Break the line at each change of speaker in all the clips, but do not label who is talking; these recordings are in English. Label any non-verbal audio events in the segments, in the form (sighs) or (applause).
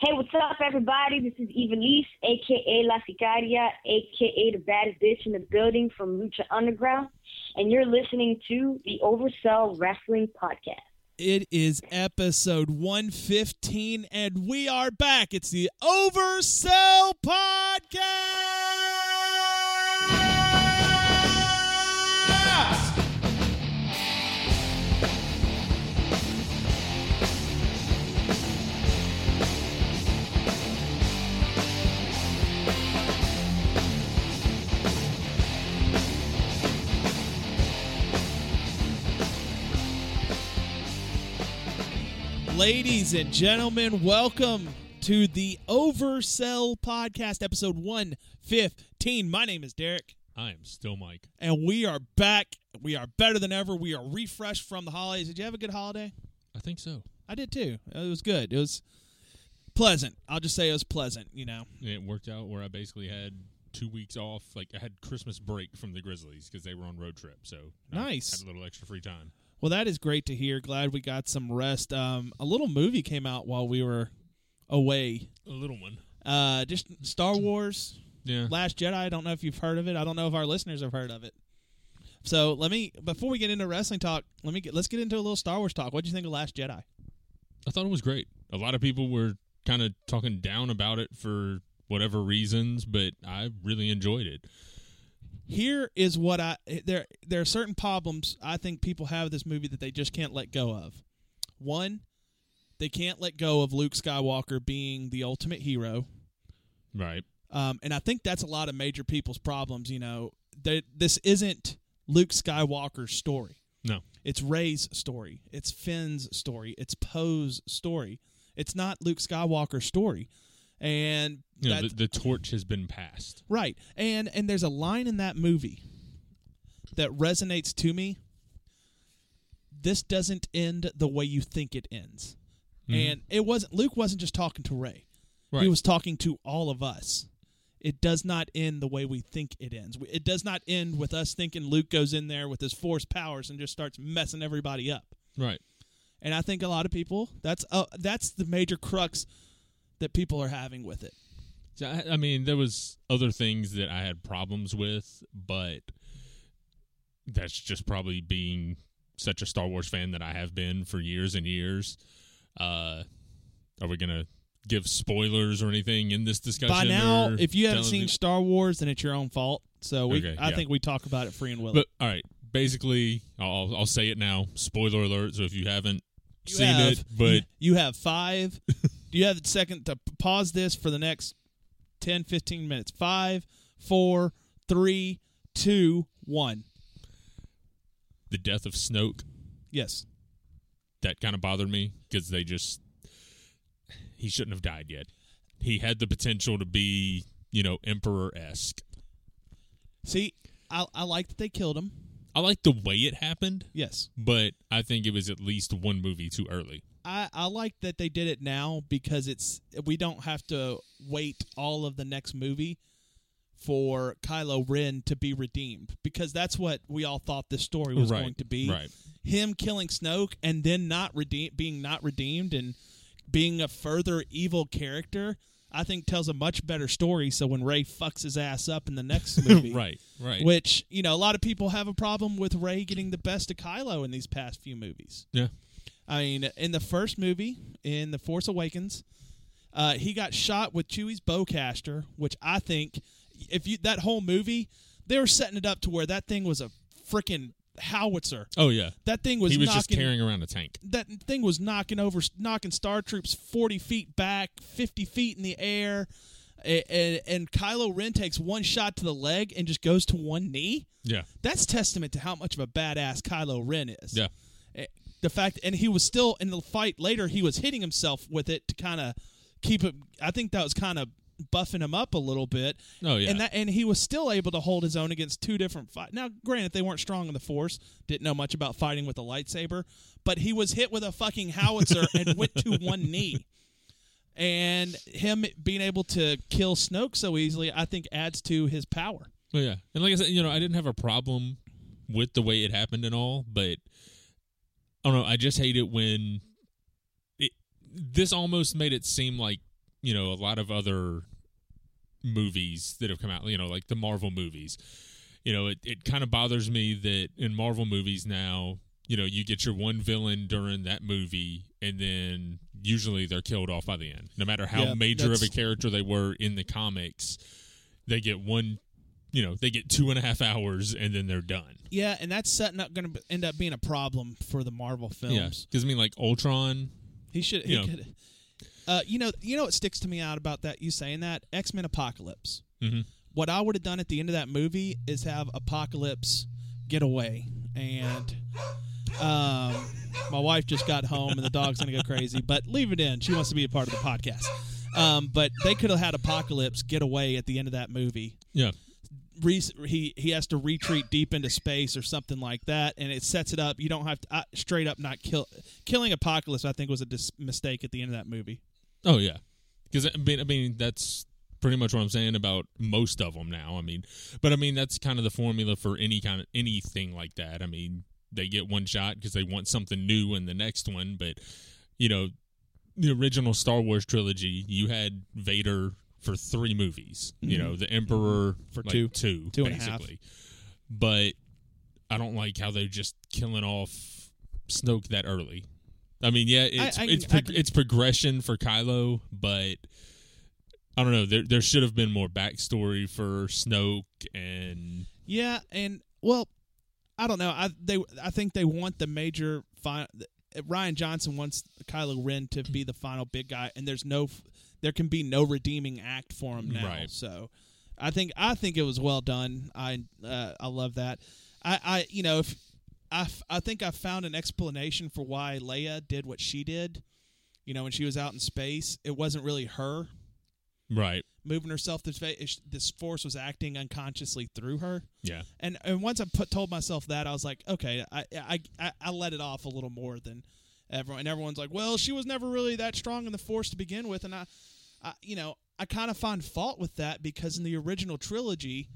Hey, what's up, everybody? This is Evelise, aka La Sicaria, aka the baddest bitch in the building from Lucha Underground, and you're listening to the Oversell Wrestling Podcast.
It is episode 115, and we are back. It's the Oversell Podcast. Ladies and gentlemen, welcome to the Oversell Podcast, episode 115. My name is Derek.
I am still Mike.
and we are back. We are better than ever. We are refreshed from the holidays. Did you have a good holiday?
I think so.
I did too. It was good. It was pleasant. I'll just say it was pleasant. You know,
And it worked out where I basically had two weeks off. Like I had Christmas break from the Grizzlies because they were on road trip. So I
Nice.
had a little extra free time.
well, that is great to hear. Glad we got some rest. Um, a little movie came out while we were away.
A little one.
Uh, just Star Wars:
Yeah.
Last Jedi. I don't know if you've heard of it. I don't know if our listeners have heard of it. So let me before we get into wrestling talk, let me get let's get into a little Star Wars talk. What do you think of Last Jedi?
I thought it was great. A lot of people were kind of talking down about it for whatever reasons, but I really enjoyed it.
here is what I there there are certain problems I think people have with this movie that they just can't let go of. One, they can't let go of Luke Skywalker being the ultimate hero.
Right.
Um, and I think that's a lot of major people's problems, you know. That this isn't Luke Skywalker's story.
No.
It's Ray's story. It's Finn's story. It's Poe's story. It's not Luke Skywalker's story. And
You know,
that-
the, the torch has been passed.
Right. And and there's a line in that movie that resonates to me. This doesn't end the way you think it ends.
Mhm.
And it wasn't Luke wasn't just talking to Ray. He
Right.
was talking to all of us. It does not end the way we think it ends. It does not end with us thinking Luke goes in there with his force powers and just starts messing everybody up.
right.
And I think a lot of people that's uh, that's the major crux that people are having with it.
So, I, I mean, there was other things that I had problems with, but that's just probably being such a Star Wars fan that I have been for years and years. Uh, are we gonna give spoilers or anything in this discussion?
by now,
or
if you haven't
telling
seen
me-
Star Wars, then it's your own fault. So we,
Okay,
I
yeah.
think we talk about it free and willing.
but all right, basically, I'll I'll say it now. Spoiler alert! So if you haven't
You
seen
have-
it, but
you have
(laughs)
five. do you have a second to pause this for the next 10, 15 minutes? Five, four, three, two, one.
the death of Snoke
Yes.
that kind of bothered me because they just he shouldn't have died yet. He had the potential to be, you know, emperor esque.
See, I, I like that they killed him.
I like the way it happened,
Yes.
but I think it was at least one movie too early.
I, I like that they did it now because it's we don't have to wait all of the next movie for Kylo Ren to be redeemed because that's what we all thought this story was
Right,
going to be.
right.
Him killing Snoke and then not redeem being not redeemed and being a further evil character, I think tells a much better story so when Ray fucks his ass up in the
(laughs)
next movie.
Right, right.
Which, you know, a lot of people have a problem with Ray getting the best of Kylo in these past few movies.
yeah.
I mean, in the first movie, in The Force Awakens, uh, he got shot with Chewie's bowcaster, which I think, if you that whole movie, they were setting it up to where that thing was a freaking howitzer.
Oh yeah.
That thing was,
he was
knocking,
just carrying around a tank.
That thing was knocking over, knocking star troops forty feet back, fifty feet in the air, and, and, and Kylo Ren takes one shot to the leg and just goes to one knee.
Yeah.
That's testament to how much of a badass Kylo Ren is.
Yeah.
Eh, The fact, and he was still in the fight later. He was hitting himself with it to kind of keep it. I think that was kind of buffing him up a little bit.
Oh, yeah.
And that, and he was still able to hold his own against two different fight. Now, granted, they weren't strong in the force. Didn't know much about fighting with a lightsaber, but he was hit with a fucking howitzer and went to one knee. And him being able to kill Snoke so easily, I think, adds to his power.
Well, Oh, yeah, and like I said, you know, I didn't have a problem with the way it happened and all, but I don't know. I just hate it when it this almost made it seem like you know, a lot of other movies that have come out, you know, like the Marvel movies. You know, it, it kind of bothers me that in Marvel movies now, you know, you get your one villain during that movie, and then usually they're killed off by the end. No matter how
Yeah,
major of a
that's-
character they were in the comics, they get one, you know, they get two and a half hours, and then they're done.
Yeah, and that's setting up going to end up being a problem for the Marvel films.
Because I mean, like Ultron,
He should. He
You know.
could. Uh, you know. You know what sticks to me out about that? You saying that X Men Apocalypse.
Mhm.
What I would have done at the end of that movie is have Apocalypse get away, and um, my wife just got home and the dog's gonna go crazy. But leave it in. She wants to be a part of the podcast. Um, but they could have had Apocalypse get away at the end of that movie.
yeah,
Re- he he has to retreat deep into space or something like that, and it sets it up. You don't have to I, straight up not kill killing Apocalypse. I think was a dis- mistake at the end of that movie.
Oh yeah, because I mean, I mean that's pretty much what I'm saying about most of them now. I mean, but I mean that's kind of the formula for any kind of anything like that. I mean, they get one shot because they want something new in the next one. But you know, the original Star Wars trilogy, you had Vader for three movies. You know, the Emperor
Mm-hmm. For
like,
two.
two,
Two and a half.
basically. But I don't like how they're just killing off Snoke that early. I mean, yeah, it's
I-
it's
I
pro-
can-
it's progression for Kylo, but I don't know. There there should have been more backstory for Snoke, and
Yeah, and well, I don't know. I they I think they want the major fi- Ryan Johnson wants Kylo Ren to be the final big guy, and there's no there can be no redeeming act for him now.
Right.
So, I think I think it was well done. I uh, I love that. I I you know if I f- I think I found an explanation for why Leia did what she did. You know, when she was out in space, it wasn't really her
right,
moving herself. This fa- this force was acting unconsciously through her
yeah,
and and once I put, told myself that, I was like, okay, I, I I I let it off a little more than everyone. And everyone's like, well, she was never really that strong in the Force to begin with, and I, I you know, I kind of find fault with that because in the original trilogy,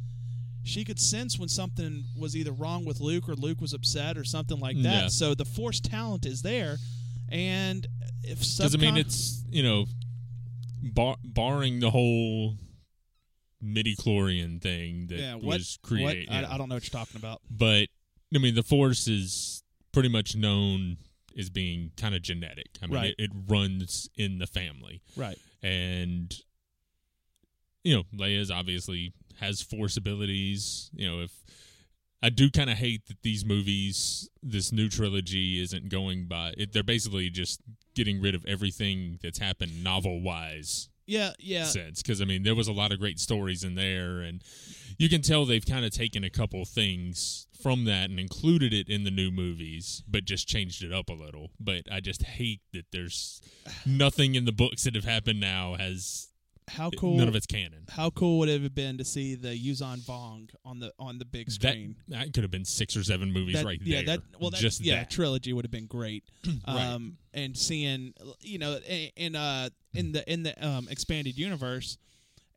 she could sense when something was either wrong with Luke or Luke was upset or something like that.
Mm, Yeah.
So the Force talent is there, and if
because I mean
subcon-
it's you know, bar- barring the whole midi chlorian thing that
yeah, what,
was created,
what- I, I don't know what you're talking about.
but I mean the Force is pretty much known as being kind of genetic. I mean,
Right.
it, it runs in the family.
Right.
and you know Leia's obviously has force abilities. You know, if I do kind of hate that these movies, this new trilogy isn't going by. It, they're basically just getting rid of everything that's happened novel wise
Yeah. Yeah.
since. Because I mean, there was a lot of great stories in there, and you can tell they've kind of taken a couple things from that and included it in the new movies, but just changed it up a little. But I just hate that
(sighs)
there's nothing in the books that have happened now has
How Oh, cool.
none of it's canon.
How cool would it have been to see the Yuzan Vong on the on the big
That,
screen?
that could have been six or seven movies
That-
right
yeah,
there.
that well, that,
just
yeah,
that.
trilogy would have been great.
(clears throat) Right.
Um, and seeing you know in, in uh in the in the um expanded universe,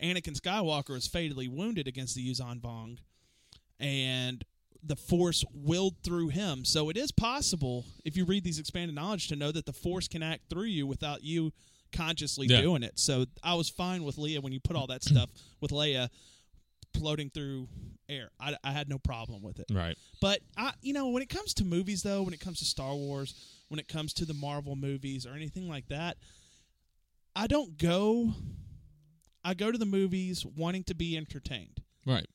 Anakin Skywalker is fatally wounded against the Yuzan Vong, and the Force willed through him. So it is possible if you read these expanded knowledge to know that the Force can act through you without you consciously
Yeah.
doing it. So I was fine with Leia when you put all that stuff with Leia floating through air. I, I had no problem with it.
Right.
But I, you know, when it comes to movies, though, when it comes to Star Wars, when it comes to the Marvel movies or anything like that, I don't go. I go to the movies wanting to be entertained,
Right.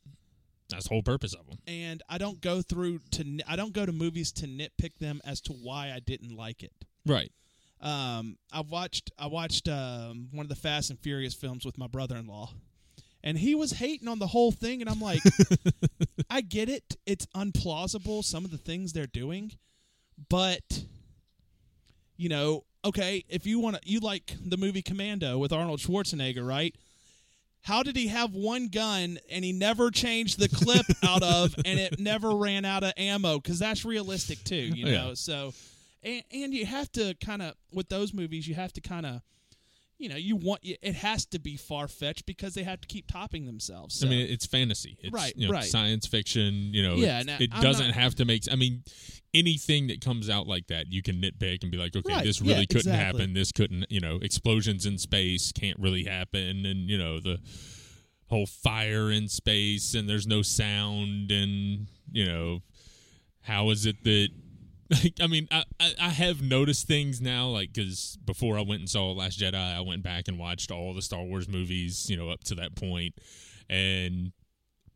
That's the whole purpose of them.
and I don't go through to. n- I don't go to movies to nitpick them as to why I didn't like it.
Right.
Um, I watched I watched um, one of the Fast and Furious films with my brother-in-law, and he was hating on the whole thing, and I'm like, I get it. It's unplausible some of the things they're doing, but you know, okay, if you want to, you like the movie Commando with Arnold Schwarzenegger, right? How did he have one gun and he never changed the clip out of and it never ran out of ammo? Because that's realistic too, you know.
Yeah.
So, and, and you have to kind of with those movies, you have to kind of you know, you want it has to be far fetched because they have to keep topping themselves. So.
I mean, it's fantasy. It's,
Right,
you know,
right.
Science fiction. You know,
Yeah,
it's-
now,
it
I'm
doesn't
not-
have to make. I mean, anything that comes out like that, you can nitpick and be like, okay,
Right,
this
yeah,
really couldn't
exactly.
happen. This couldn't. You know, explosions in space can't really happen, and you know the whole fire in space, and there's no sound, and you know, how is it that? (laughs) Like, I mean, I, I, I have noticed things now, like, because before I went and saw Last Jedi, I went back and watched all the Star Wars movies, you know, up to that point, and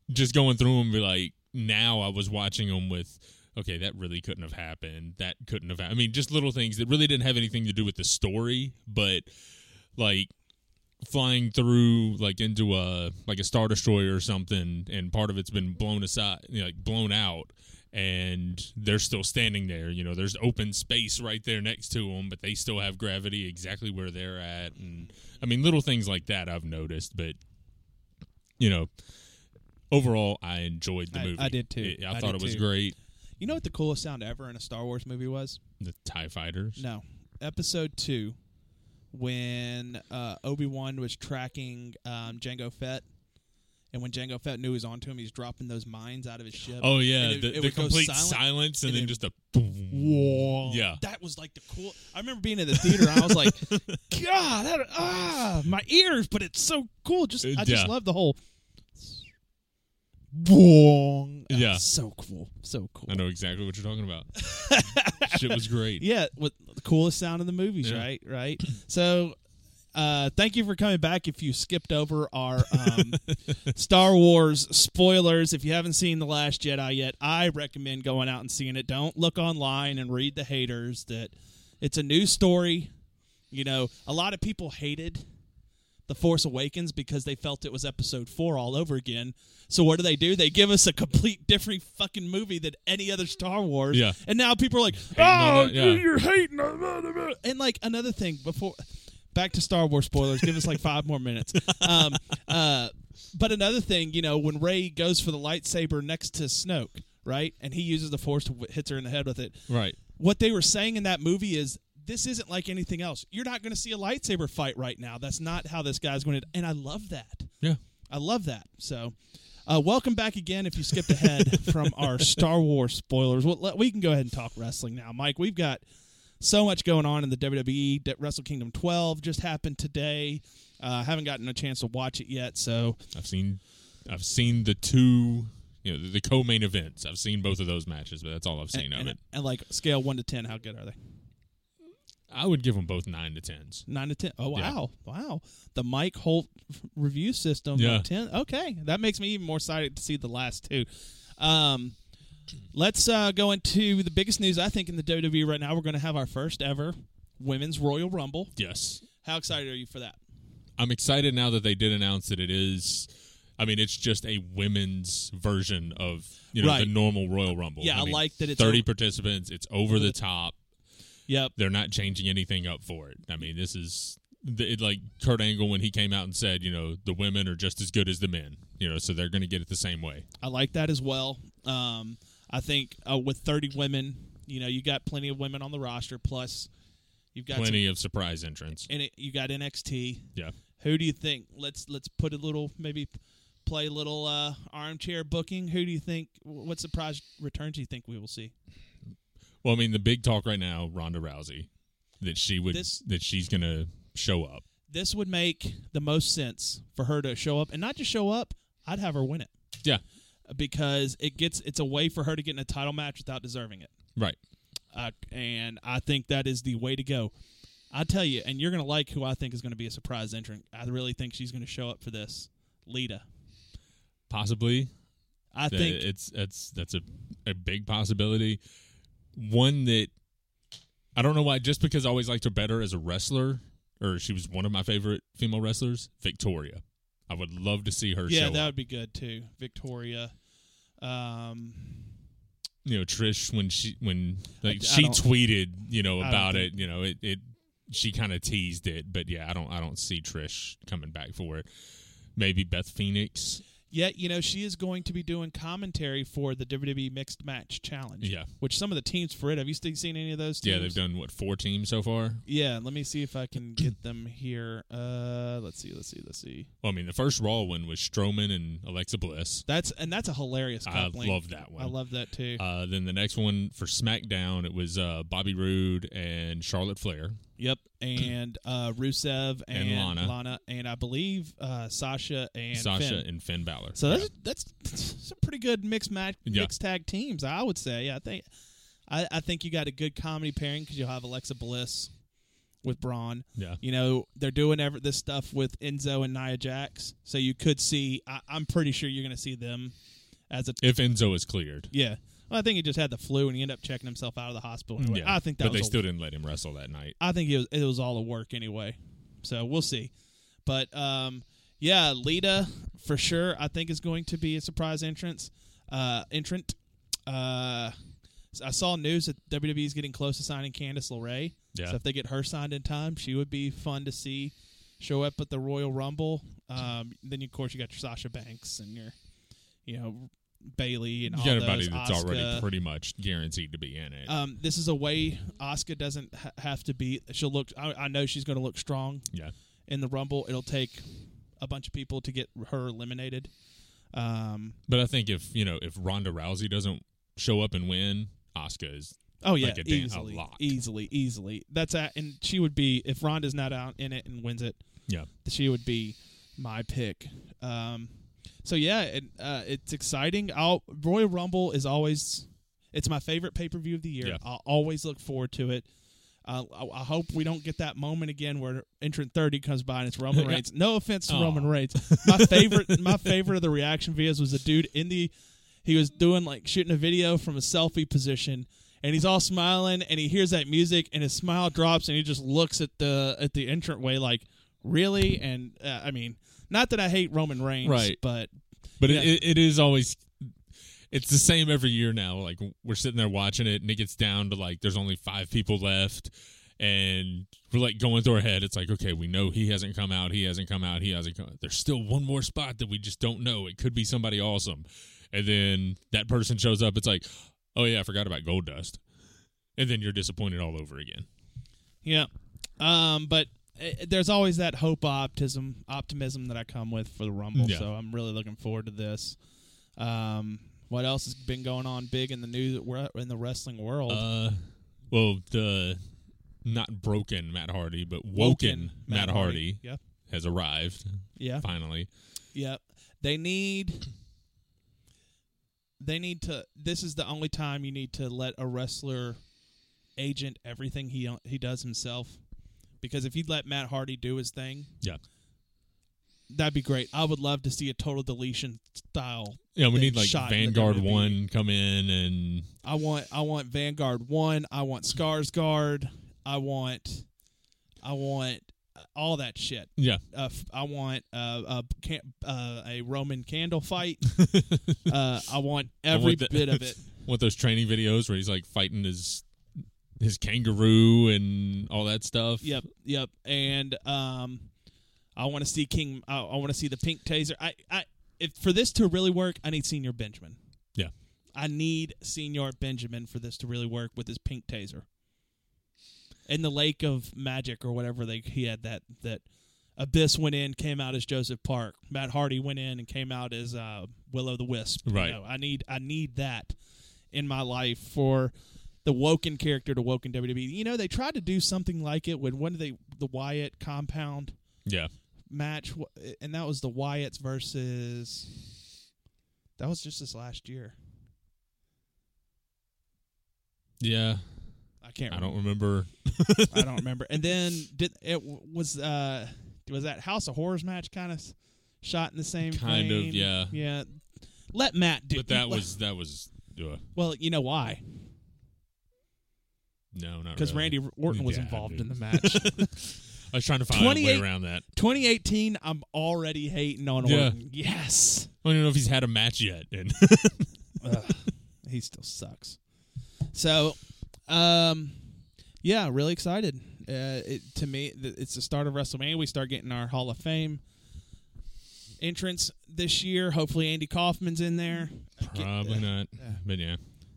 just going through them, be like, now I was watching them with, okay, that really couldn't have happened. That couldn't have happened. I mean, just little things that really didn't have anything to do with the story, but like flying through like into a like a star destroyer or something, and part of it's been blown aside, you know, like blown out. And they're still standing there. You know, there's open space right there next to them, but they still have gravity exactly where they're at. And I mean, little things like that I've noticed, but you know, overall, I enjoyed the
I-
movie.
I did too.
It- I,
I
thought
did
it was
too.
great.
You know what the coolest sound ever in a Star Wars movie was?
The Tie Fighters.
No, Episode Two, when uh, Obi Wan was tracking um, Django Fett, and when Django Fett knew he was onto him, he's dropping those mines out of his ship.
Oh yeah,
And it-
the,
it
the
would go
complete
silent,
silence, and,
and
then
it-
just a Yeah.
That was like the cool. I remember being in the theater and I was
(laughs)
like, God, that, ah, my ears, but it's so cool. Just I just
Yeah.
love the whole. Boong. Ah,
Yeah.
So cool. So cool.
I know exactly what you're
(laughs)
talking about. Shit was great.
Yeah, with the coolest sound in the movies,
Yeah.
right? Right. (clears throat) So, uh, thank you for coming back. If you skipped over our
(laughs)
um, Star Wars spoilers, if you haven't seen The Last Jedi yet, I recommend going out and seeing it. Don't look online and read the haters. That it's a new story. You know, a lot of people hated The Force Awakens because they felt it was episode four all over again. So what do they do? They give us a complete different fucking movie than any other Star Wars.
Yeah.
And now people are like,
on
oh,
it, yeah.
you're hating. on blah, blah, blah." And like another thing before, back to Star Wars spoilers. give us like five more minutes. Um, uh, but another thing, you know, when Ray goes for the lightsaber next to Snoke, right, and he uses the Force to wh- hits her in the head with it.
Right.
What they were saying in that movie is. This isn't like anything else. You're not going to see a lightsaber fight right now. That's not how this guy's going to. And I love that.
Yeah.
I love that. So, uh, welcome back again. If you skipped
(laughs)
ahead from our Star Wars spoilers, we'll, let, we can go ahead and talk wrestling now, Mike. We've got so much going on in the WWE. That Wrestle Kingdom 12 just happened today. Uh, haven't gotten a chance to watch it yet, so
I've seen I've seen the two you know, the, the co main events. I've seen both of those matches, but that's all I've seen
and,
of
and-
it.
and, like scale one to ten, how good are they?
I would give them both nine to tens.
Nine to ten. Oh
Yeah.
wow, wow. The Mike Holt review system. of
Yeah.
Ten. Okay, that makes me even more excited to see the last two. Um, let's uh, go into the biggest news I think in the WWE right now. We're going to have our first ever women's Royal Rumble.
Yes.
How excited are you for that?
I'm excited now that they did announce that it is I mean, it's just a women's version of you know
Right.
the normal Royal Rumble.
Yeah, I
mean,
like that it's
thirty
over-
participants, it's over the top.
Yep.
they're not changing anything up for it. I mean, this is the, it, like Kurt Angle when he came out and said, you know, the women are just as good as the men. You know, so they're going to get it the same way.
I like that as well. Um, I think uh, with 30 women, you know, you got plenty of women on the roster. Plus, you've got
Plenty of surprise entrants.
Some, and it, you got NXT.
Yeah,
Who do you think? Let's let's put a little maybe play a little uh, armchair booking. Who do you think? What surprise returns do you think we will see?
Well, I mean, the big talk right now, Ronda Rousey, that she would
This-
that she's going to show up.
This would make the most sense for her to show up and not just show up. I'd have her win it
Yeah,
because it gets it's a way for her to get in a title match without deserving it.
right.
Uh, and I think that is the way to go. I tell you, and you're gonna like who I think is gonna be a surprise entrant. I really think she's gonna show up for this, Lita.
Possibly.
I
That-
think
it's it's that's a a big possibility. One that I don't know why, just because I always liked her better as a wrestler, or she was one of my favorite female wrestlers, Victoria. I would love to see her
yeah,
show
that
up.
would be good too. Victoria. Um,
You know, Trish when she when like
I
she
don't-
tweeted, you know,
I don't
about it,
think-
you know, it, it she kind of teased it, but yeah, I don't I don't see Trish coming back for it. Maybe Beth Phoenix.
Yet, you know, she is going to be doing commentary for the WWE Mixed Match Challenge.
Yeah.
Which some of the teams for it, have you st- seen any of those teams?
Yeah, they've done what four teams so far.
Yeah, let me see if I can get them here. Uh, let's see, let's see, let's see.
Well, I mean, the first Raw one was Strowman and Alexa Bliss.
That's and that's a hilarious.
I
coupling.
love that one.
I love that too.
Uh, then the next one for SmackDown, it was uh, Bobby Roode and Charlotte Flair.
yep, and uh, Rusev and,
And Lana.
and I believe uh, Sasha and
Sasha
Finn.
and Finn Balor.
So that's,
Yeah.
that's that's some pretty good mixed match,
Yeah.
mixed tag teams. I would say. I think I, I think you got a good comedy pairing because you'll have Alexa Bliss with Braun.
Yeah.
You know they're doing ever this stuff with Enzo and Nia Jax, so you could see. I, I'm pretty sure you're going to see them as a
if Enzo is cleared.
yeah. Well, I think he just had the flu and he ended up checking himself out of the hospital. Anyway,
Yeah.
I think that
but
was
they
a-
still didn't let him wrestle that night.
I think it was, it was all a work anyway. So we'll see. But um, yeah, Lita for sure. I think is going to be a surprise entrance. Uh, entrant. Uh, I saw news that WWE is getting close to signing Candice LeRae.
Yeah.
So if they get her signed in time, she would be fun to see show up at the Royal Rumble. Um, then of course you got your Sasha Banks and your, you know, Bailey and
You
all
got
those,
everybody that's already
Asuka.
pretty much guaranteed to be in it.
Um, this is a way Oscar doesn't ha- have to be. She'll look. I, I know she's going to look strong
yeah.
in the Rumble. It'll take a bunch of people to get her eliminated. Um,
But I think if you know if Ronda Rousey doesn't show up and win, Asuka is
oh yeah,
Like a dan- a
easily,
lot.
easily, easily. That's a, and she would be if Ronda's not out in it and wins it.
yeah
she would be my pick. Um, so yeah, it, uh, it's exciting. I'll, Royal Rumble is always it's my favorite pay per view of the year.
Yeah.
I'll always look forward to it. Uh, I, I hope we don't get that moment again where entrant thirty comes by and it's Roman
(laughs) Yeah.
Reigns. No offense to
Aw.
Roman
(laughs)
Reigns. My favorite, my favorite of the reaction videos was a dude in the he was doing like shooting a video from a selfie position and he's all smiling and he hears that music and his smile drops and he just looks at the at the entrant way like really and uh, i mean not that i hate roman reigns
Right.
but
But
Yeah.
it, it, it is always, it's the same every year now. Like we're sitting there watching it, and it gets down to like there's only five people left, and we're like going through our head. It's like, okay, we know he hasn't come out, he hasn't come out, he hasn't come. There's still one more spot that we just don't know. It could be somebody awesome, and then that person shows up. It's like, oh yeah, I forgot about Gold Dust, and then you're disappointed all over again.
yeah um but uh, there's always that hope optimism optimism that i come with for the rumble
Yeah.
so i'm really looking forward to this um what else has been going on big in the news we're in the wrestling world
Uh, well, the not broken Matt Hardy, but woken, Matt, Hardy.
yeah
has arrived
yeah
finally.
Yep. They need they need to this is the only time you need to let a wrestler agent everything he he does himself because if you let Matt Hardy do his thing,
Yeah.
that'd be great. I would love to see a total deletion style.
Yeah, we
They
need like
shot in the
Vanguard
WWE.
One come in and
I want I want Vanguard 1, I want Skarsgård, I want I want all that shit.
yeah,
uh, f- I want uh, a can- uh, a Roman candle fight. uh, (laughs) I want (laughs) every
I want the-
bit
(laughs)
of (laughs) it.
want those training videos where he's like fighting his his kangaroo and all that stuff.
Yep, yep. And um, I want to see King. I, I want to see the pink taser. I, I, if for this to really work, I need Senior Benjamin.
Yeah.
I need Senior Benjamin for this to really work with his pink taser. In the lake of magic or whatever they he had that that Abyss went in, came out as Joseph Park. Matt Hardy went in and came out as uh, Willow the Wisp. You
Right.
know, I need I need that in my life for the Woken character to Woken WWE. You know, they tried to do something like it when when did they the Wyatt compound
Yeah,
match, wh- and that was the Wyatts versus. That was just this last year.
yeah.
I can't.
I
Remember.
don't remember.
I don't, remember. And then did it w- was uh was that House of Horrors match kind of shot in the same
Kind of,
vein?
yeah.
yeah. Let Matt do.
But
(laughs)
that
let-
was that was uh,
well, you know why?
no, not
Because
really. (laughs)
Randy Orton was
Yeah,
involved
dude. (laughs)
in the match.
I was trying to find a way
28
around that.
2018. I'm already hating on
Yeah.
Orton. Yes.
I don't even know if he's had a match yet.
(laughs)
And
Ugh, he still sucks. So, um, yeah, really excited. Uh, it, to me, th- it's the start of WrestleMania. We start getting our Hall of Fame. entrance this year. Hopefully, Andy Kaufman's in there.
Probably not.
yeah.
But yeah.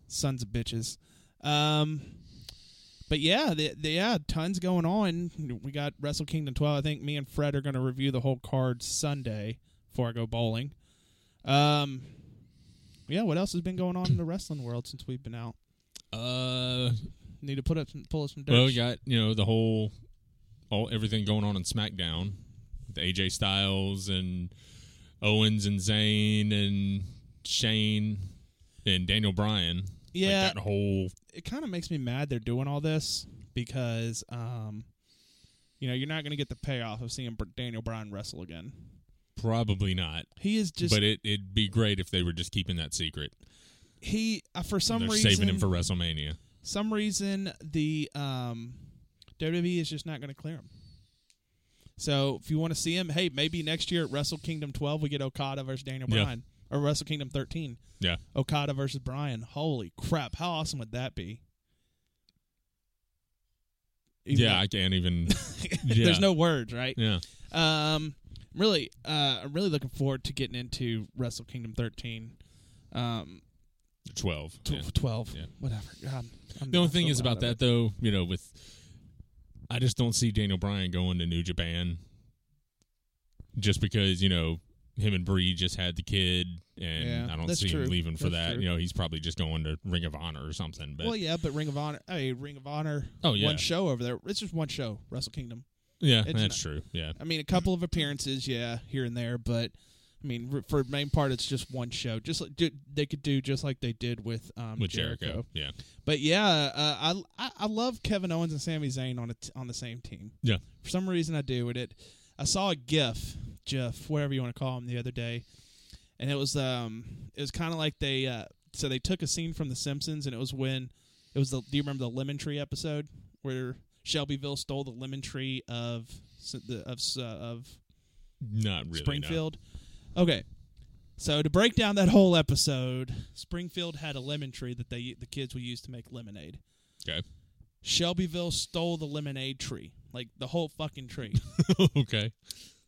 Sons of bitches. Um, but yeah, the, the, yeah, tons going on. We got Wrestle Kingdom 12. I think me and Fred are going to review the whole card Sunday before I go bowling. Um, yeah, what else has been going on in the wrestling world since we've been out?
Uh,
Need to put up some, pull up some dirt.
well, you got you know the whole, all everything going on in SmackDown, with AJ Styles and Owens and Zayn and Shane and Daniel Bryan.
Yeah.
like that whole
it kind of makes me mad they're doing all this because um you know you're not going to get the payoff of seeing Br- Daniel Bryan wrestle again.
probably not.
He is just
but it, it'd be great if they were just keeping that secret.
he uh, for some
They're
reason
saving him for WrestleMania.
some reason the um WWE is just not going to clear him. So if you want to see him, hey, maybe next year at Wrestle Kingdom 12 we get Okada versus Daniel
Yeah.
Bryan or Wrestle Kingdom 13
Yeah,
Okada versus Bryan. Holy crap! How awesome would that be? Even
yeah. I
(laughs)
can't even. yeah.
There's no words, right?
Yeah.
Um, really, uh, I'm really looking forward to getting into Wrestle Kingdom 13, um,
Twelve.
tw-
yeah.
12,
Yeah.
whatever. God, I'm-
The only
I'm
thing
so
is
proud
about
of
that
it.
though, you know, with I just don't see Daniel Bryan going to New Japan just because you know him and Bree just had the kid, and
Yeah,
I don't
that's
see
true.
him leaving for
That's
that.
true.
You know, he's probably just going to Ring of Honor or something. But
Well, yeah, but Ring of Honor, hey, Ring of Honor,
oh yeah,
one show over there. It's just one show, Wrestle Kingdom.
yeah,
it's
that's
not-
true. Yeah,
I mean, a couple of appearances, yeah, here and there, but I mean, r- for main part, it's just one show. Just like do, they could do just like they did with um,
with Jericho.
Jericho.
Yeah,
But yeah, uh, I, I I love Kevin Owens and Sami Zayn on a t- on the same team.
Yeah.
For some reason, I do. And it, I saw a GIF, GIF, whatever you want to call him, the other day, and it was um it was kind of like they uh so they took a scene from The Simpsons, and it was when it was the do you remember the lemon tree episode where Shelbyville stole the lemon tree of s- the of s- uh, of
not really. no.
Springfield. Okay. So to break down that whole episode, Springfield had a lemon tree that they the kids would use to make lemonade.
Okay.
Shelbyville stole the lemonade tree, like the whole fucking
(laughs)
tree.
(laughs) okay.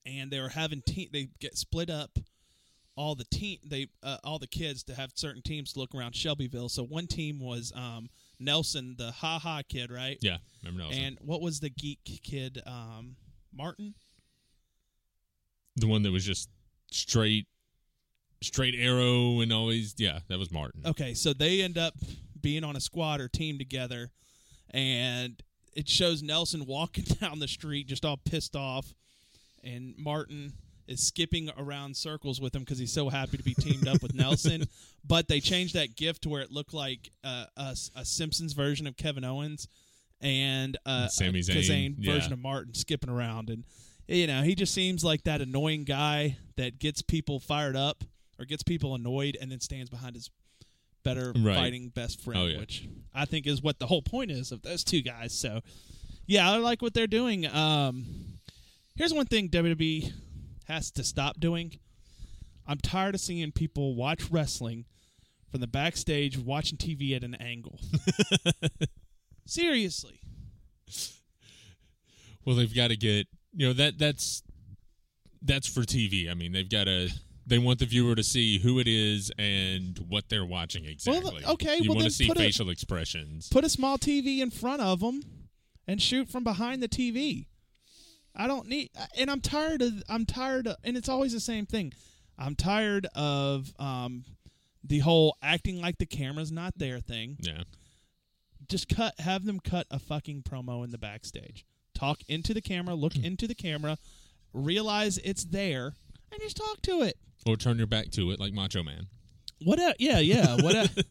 and they were having te- they get split up all the team they uh, all the kids to have certain teams to look around Shelbyville. So one team was um, Nelson, the ha ha kid, right?
Yeah, remember Nelson,
And what was the geek kid? Um, Martin.
the one that was just straight, straight arrow, and always yeah, that was Martin.
Okay, so they end up being on a squad or team together, and it shows Nelson walking (laughs) down the street just all pissed off, and Martin is skipping around circles with him because he's so happy to be teamed up with Nelson. But they changed that gift to where it looked like uh, a, a Simpsons version of Kevin Owens and uh,
Sami
a
Zayn,
Kazane version
yeah.
of Martin skipping around, and you know he just seems like that annoying guy that gets people fired up or gets people annoyed and then stands behind his better
Right.
fighting best friend,
Oh, yeah.
which I think is what the whole point is of those two guys. So, yeah, I like what they're doing. Um, here's one thing WWE has to stop doing. I'm tired of seeing people watch wrestling from the backstage watching TV at an
(laughs)
angle. Seriously.
Well, they've got to get you know that that's that's for TV. I mean, they've got to they want the viewer to see who it is and what they're watching exactly.
okay,
you
well,
want
then
to see
put a-
facial expressions.
Put a small TV in front of them and shoot from behind the TV. I don't need and I'm tired of I'm tired of and it's always the same thing. I'm tired of um the whole acting like the camera's not there thing.
Yeah,
Just cut have them cut a fucking promo in the backstage. Talk into the camera, look into the camera, realize it's there and just talk to it.
or turn your back to it like Macho Man,
What a, yeah, yeah, what e, (laughs) a,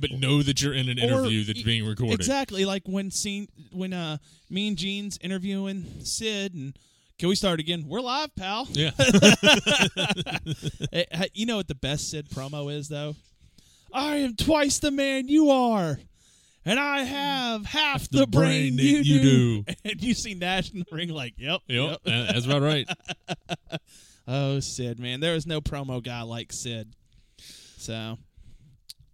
but know that you're in an
Or- e
interview that's being recorded.
Exactly, like when scene when uh me and Gene's interviewing Sid and can we start again? We're live, pal. (laughs)
Yeah,
Eh, eh, you know what the best Sid promo is though? I am twice the man you are. And I have half the,
the brain that you do.
(laughs) And you see Nash in the ring like, yep,
yep, that- that's
(laughs)
about right.
Oh, Sid, man. There is no promo guy like Sid. So,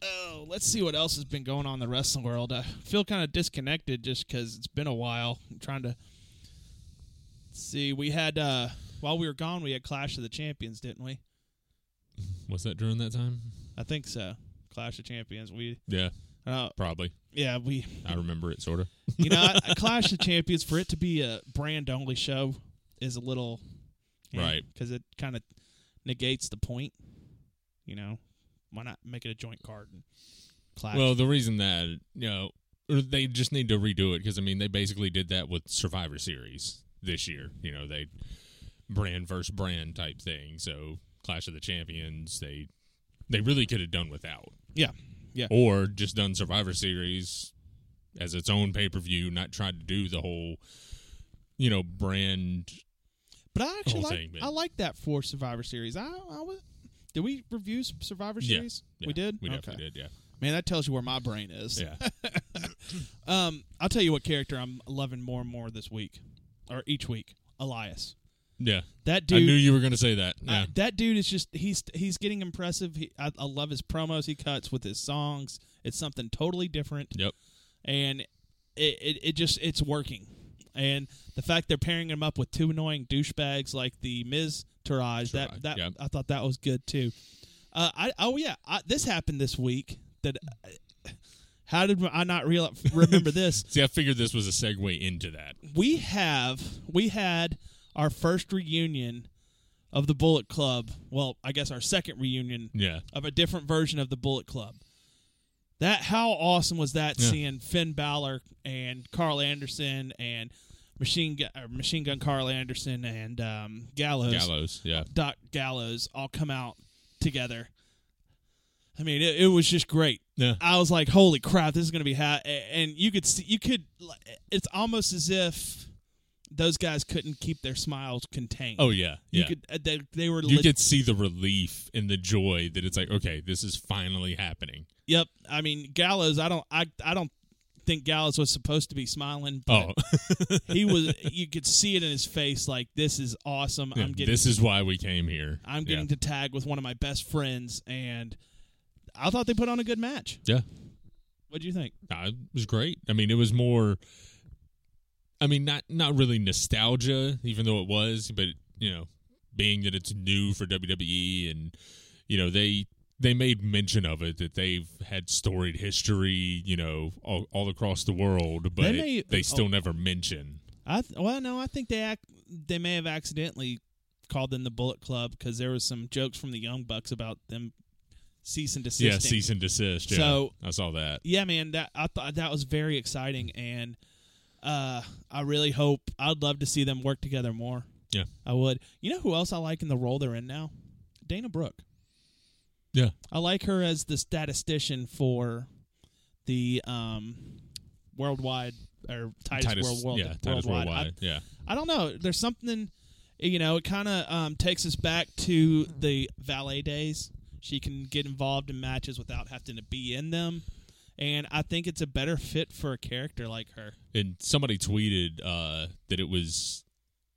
oh, let's see what else has been going on in the wrestling world. I feel kind of disconnected just because it's been a while. I'm trying to see. We had uh, While we were gone, we had Clash of the Champions, didn't we?
Was that during that time?
I think so. Clash of Champions. We,
Yeah,
uh,
probably.
yeah, we.
I remember it sort of.
You know, I- I Clash of Champions for it to be a brand only show is a little
Right.
because it kind of negates the point. You know, why not make it a joint card and clash?
Well, the reason that you know, or they just need to redo it because I mean they basically did that with Survivor Series this year. You know, they brand versus brand type thing. So Clash of the Champions, they they really could have done without,
yeah, yeah,
or just done Survivor Series as its own pay per view, not tried to do the whole you know brand.
but I actually
whole
like
thing, but-
I like that for Survivor Series. I, I was. Did we review Survivor
Yeah,
Series?
yeah,
we did.
We
okay.
definitely
(laughs)
did. Yeah.
Man, that tells you where my brain is.
Yeah.
Um, I'll tell you what character I'm loving more and more this week, or each week. Elias.
yeah.
That
I
dude.
knew you were going to say that.
I-
Yeah.
that dude is just he's he's getting impressive. He, I, I love his promos he cuts with his songs. It's something totally different.
Yep.
and it, it it just it's working. And the fact they're pairing him up with two annoying douchebags like the Miz Taraj,
Taraj,
that that
yeah.
I thought that was good too. Uh, I oh yeah, I, this happened this week. That uh, how did I not real, remember this?
See, I figured this was a segue into that.
we have we had our first reunion of the Bullet Club. Well, I guess our second reunion
Yeah.
of a different version of the Bullet Club. That how awesome was that
Yeah.
seeing Finn Balor and Carl Anderson and Machine Gu- or Machine Gun Carl Anderson and um, Gallows,
Gallows. Yeah.
Doc Gallows all come out together. I mean, it, it was just great.
Yeah.
I was like, "Holy crap, this is gonna be hot!" A- And you could see, you could. It's almost as if those guys couldn't keep their smiles contained.
Oh yeah,
you
yeah. You,
could. uh, They, they were.
could,
leg-
see the relief and the joy that it's like, okay, this is finally happening.
Yep. I mean, Gallows. I don't. I. I don't think Gallows was supposed to be smiling. But
Oh,
he was. You could see it in his face. Like this is awesome.
(laughs)
I'm getting.
Oh, this is why we came here.
I'm getting to tag with one of my best friends, and I thought they put on a good match.
Yeah,
What do you think?
yeah. Nah, it was great. I mean, it was more. I mean, not not really nostalgia, even though it was, but you know, being that it's new for WWE, and you know they they made mention of it that they've had storied history, you know, all, all across the world, but
may- oh.
they still never mention.
I th- well, no, I think they ac- they may have accidentally called them the Bullet Club because there was some jokes from the Young Bucks about them cease and desisting.
Yeah, cease and desist. Yeah,
So-
I saw that.
yeah, man, that I thought that was very exciting, and uh, I really hope I'd love to see them work together more.
Yeah.
I would. You know who else I like in the role they're in now? Dana Brooke.
Yeah.
I like her as the statistician for the um, worldwide or Titus, World, World,
yeah, Titus
worldwide. I-
Worldwide. yeah,
I don't know. There's something, you know, it kind of um, takes us back to the valet days. She can get involved in matches without having to be in them. And I think it's a better fit for a character like her.
and somebody tweeted uh, that it was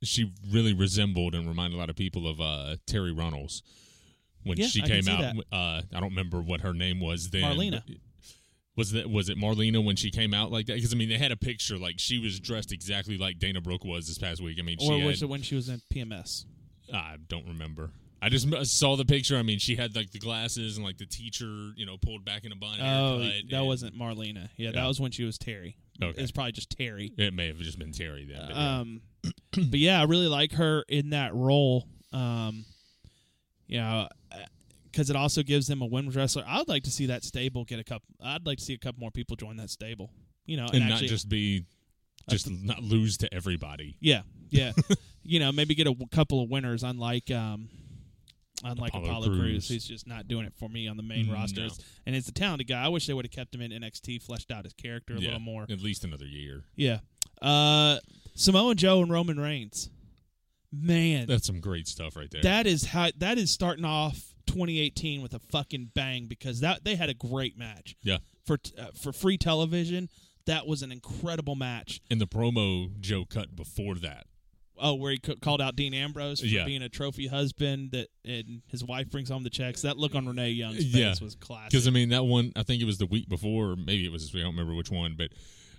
she really resembled and reminded a lot of people of uh, Terry Runnels when
Yeah,
she
I can
came
see
out.
that.
Uh, I don't remember what her name was then.
Marlena.
but- Was that was it Marlena when she came out like that? Because I mean, they had a picture like she was dressed exactly like Dana Brooke was this past week. I mean,
Or
she
was
had,
it when she was in PMS?
I don't remember. I just m- saw the picture. I mean, she had like the glasses and like the teacher, you know, pulled back in a bun.
Oh,
haircut,
that
and-
wasn't Marlena. Yeah, that
Yeah.
was when she was Terry.
Okay.
It was probably just Terry.
It may have just been Terry then. but yeah.
Um, (clears throat) but yeah, I really like her in that role. Um, you know, because it also gives them a women's wrestler. I'd like to see that stable get a couple. I'd like to see a couple more people join that stable. You know, and,
and
actually,
not just be just not lose to everybody.
yeah, yeah.
(laughs)
you know, maybe get a w- couple of winners. Unlike um, unlike
Apollo
Apollo, Cruz.
Crews. Mm,
who's just not doing it for me on the main
No.
roster. And it's a talented guy. I wish they would have kept him in NXT, fleshed out his character a
yeah,
little more.
At least another year.
Yeah. Uh, Samoa Joe and Roman Reigns. Man,
That's some great stuff right there.
That is how that is starting off 2018 with a fucking bang because that they had a great match
yeah.
for t- uh, for free television. That was an incredible match.
And the promo Joe cut before that.
Oh, where he c- called out Dean Ambrose for
Yeah.
being a trophy husband that and his wife brings home the checks. That look on Renee Young's face
Yeah.
was classic.
Because I mean that one I think it was the week before, or maybe it was this week, I don't remember which one, but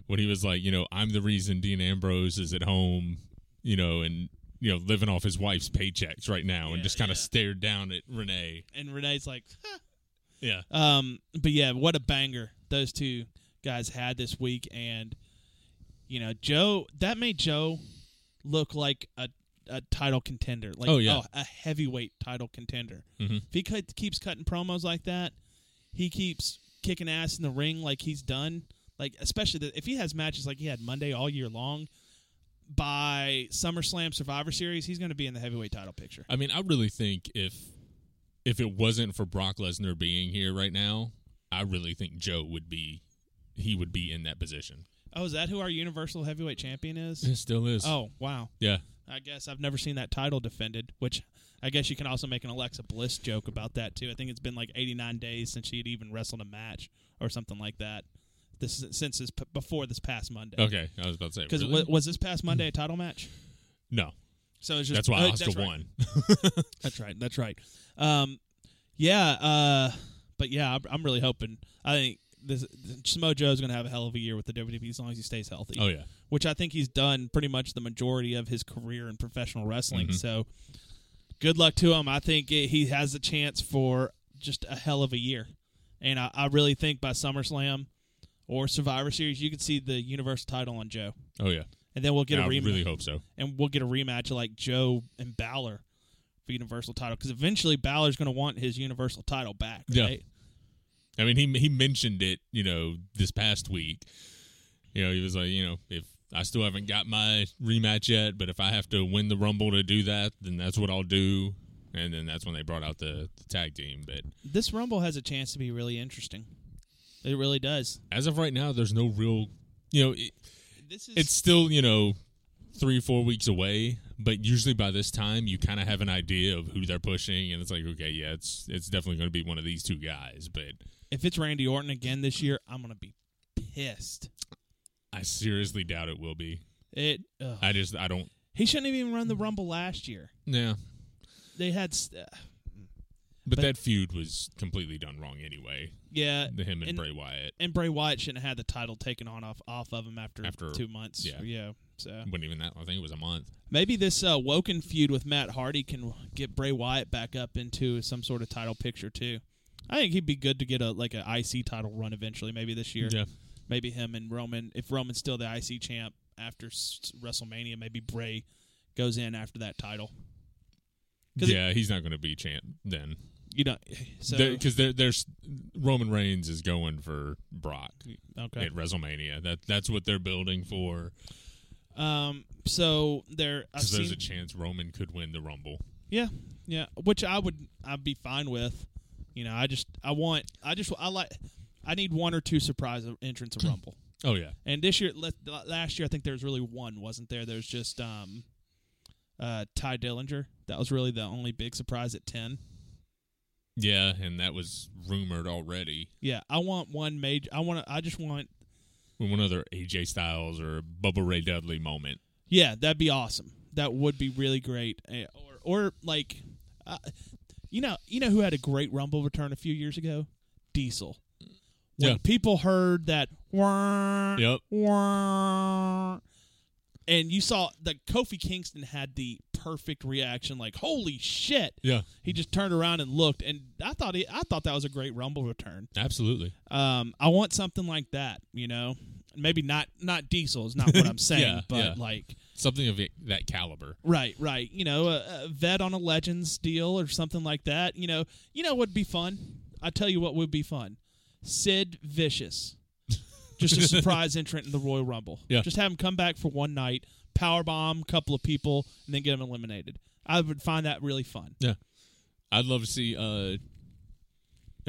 when he was like, you know, I'm the reason Dean Ambrose is at home, you know, and you know living off his wife's paychecks right now
Yeah,
and just kind
yeah.
of stared down at Renee.
and Renee's like, "Huh."
Yeah,
um, but yeah, what a banger those two guys had this week, and you know, Joe that made Joe look like a a title contender, like
Oh, yeah.
a heavyweight title contender.
Mhm.
If he cut, keeps cutting promos like that, he keeps kicking ass in the ring like he's done. Like especially the, if he has matches like he had Monday all year long. By SummerSlam Survivor Series, he's going to be in the heavyweight title picture.
I mean, I really think if if it wasn't for Brock Lesnar being here right now, I really think Joe would be he would be in that position.
Oh, is that who our Universal Heavyweight Champion
(laughs)
is?
It still is.
Oh, wow.
yeah.
I guess I've never seen that title defended, which I guess you can also make an Alexa Bliss joke about that too. I think it's been like 89 days since she had even wrestled a match or something like that. This is- since this p- before this past Monday.
Okay, I was about to say
Because
really?
was this past Monday a title match?
no.
So it's just
That's why
uh,
Oscar
that's right.
won.
That's right. That's right. Um, yeah. Uh, but yeah, I'm, I'm really hoping. I think this Samoa Joe's going to have a hell of a year with the WWE as long as he stays healthy
Oh yeah.
which I think he's done pretty much the majority of his career in professional wrestling.
Mhm.
So good luck to him. I think it, he has a chance for just a hell of a year. And I, I really think by SummerSlam or Survivor Series, you could see the Universal title on Joe.
Oh yeah.
And then we'll get
Yeah,
a
I
rematch.
really hope so.
and we'll get a rematch of like Joe and Balor for Universal title. Because eventually Balor's going to want his Universal title back,
Yeah.
right?
I mean, he he mentioned it, you know, this past week. You know, he was like, you know, if I still haven't got my rematch yet, but if I have to win the Rumble to do that, then that's what I'll do. And then that's when they brought out the, the tag team. But
This Rumble has a chance to be really interesting. It really does.
as of right now, there's no real, you know, it,
This is
it's still you know three four weeks away. But usually by this time, you kind of have an idea of who they're pushing, and it's like, okay, yeah, it's it's definitely going to be one of these two guys. But
If it's Randy Orton again this year, I'm gonna be pissed.
I seriously doubt it will be.
It. ugh.
I just I don't.
he shouldn't have even run the Rumble last year.
Yeah.
They had. uh, St-
But,
But-
that feud was completely done wrong anyway.
yeah,
The him and,
and-
Bray Wyatt
and Bray Wyatt shouldn't have had the title taken on off off of him after,
After-
two months.
yeah.
yeah. So
wasn't even that. I think it was a month.
maybe this uh, Woken feud with Matt Hardy can get Bray Wyatt back up into some sort of title picture too. I think he'd be good to get a like an IC title run eventually. Maybe this year. maybe him and Roman. If Roman's still the IC champ after s- WrestleMania, maybe Bray goes in after that title. 'Cause it-
yeah, he's not going to be champ then,
You know, so
because there, there's Roman Reigns is going for Brock
okay.
at WrestleMania. That that's what they're building for.
Um, so there, I've
Because there's
seen,
a chance Roman could win the Rumble.
yeah, yeah, which I would, I'd be fine with. You know, I just, I want, I just, I like, I need one or two surprise entrance of Rumble.
Oh yeah,
And this year, let- last year, I think there was really one, wasn't there? There was just um, uh, Ty Dillinger. That was really the only big surprise at ten.
yeah, and that was rumored already.
Yeah, I want one major. I want. to I just want.
With one other AJ Styles or Bubba Ray Dudley moment.
Yeah, that'd be awesome. That would be really great. Eh, Or, or like, uh, you know, you know who had a great Rumble return a few years ago? Diesel. When
Yeah.
people heard that, "Wah,
Yep.
wah," and you saw that Kofi Kingston had the perfect reaction, like "Holy shit!"
Yeah,
He just turned around and looked, and I thought he, I thought that was a great Rumble return.
absolutely.
Um, I want something like that, you know. Maybe not not diesel is not what
(laughs)
I'm saying,
Yeah,
but
yeah.
like
Something of it, that caliber.
right, right, you know, a, a vet on a legends deal or something like that. You know, you know would be fun. I tell you what would be fun. Sid Vicious, just a
(laughs)
surprise entrant in the Royal Rumble.
Yeah.
just have him come back for one night, power bomb a couple of people, and then get him eliminated. I would find that really fun.
I'd love to see uh,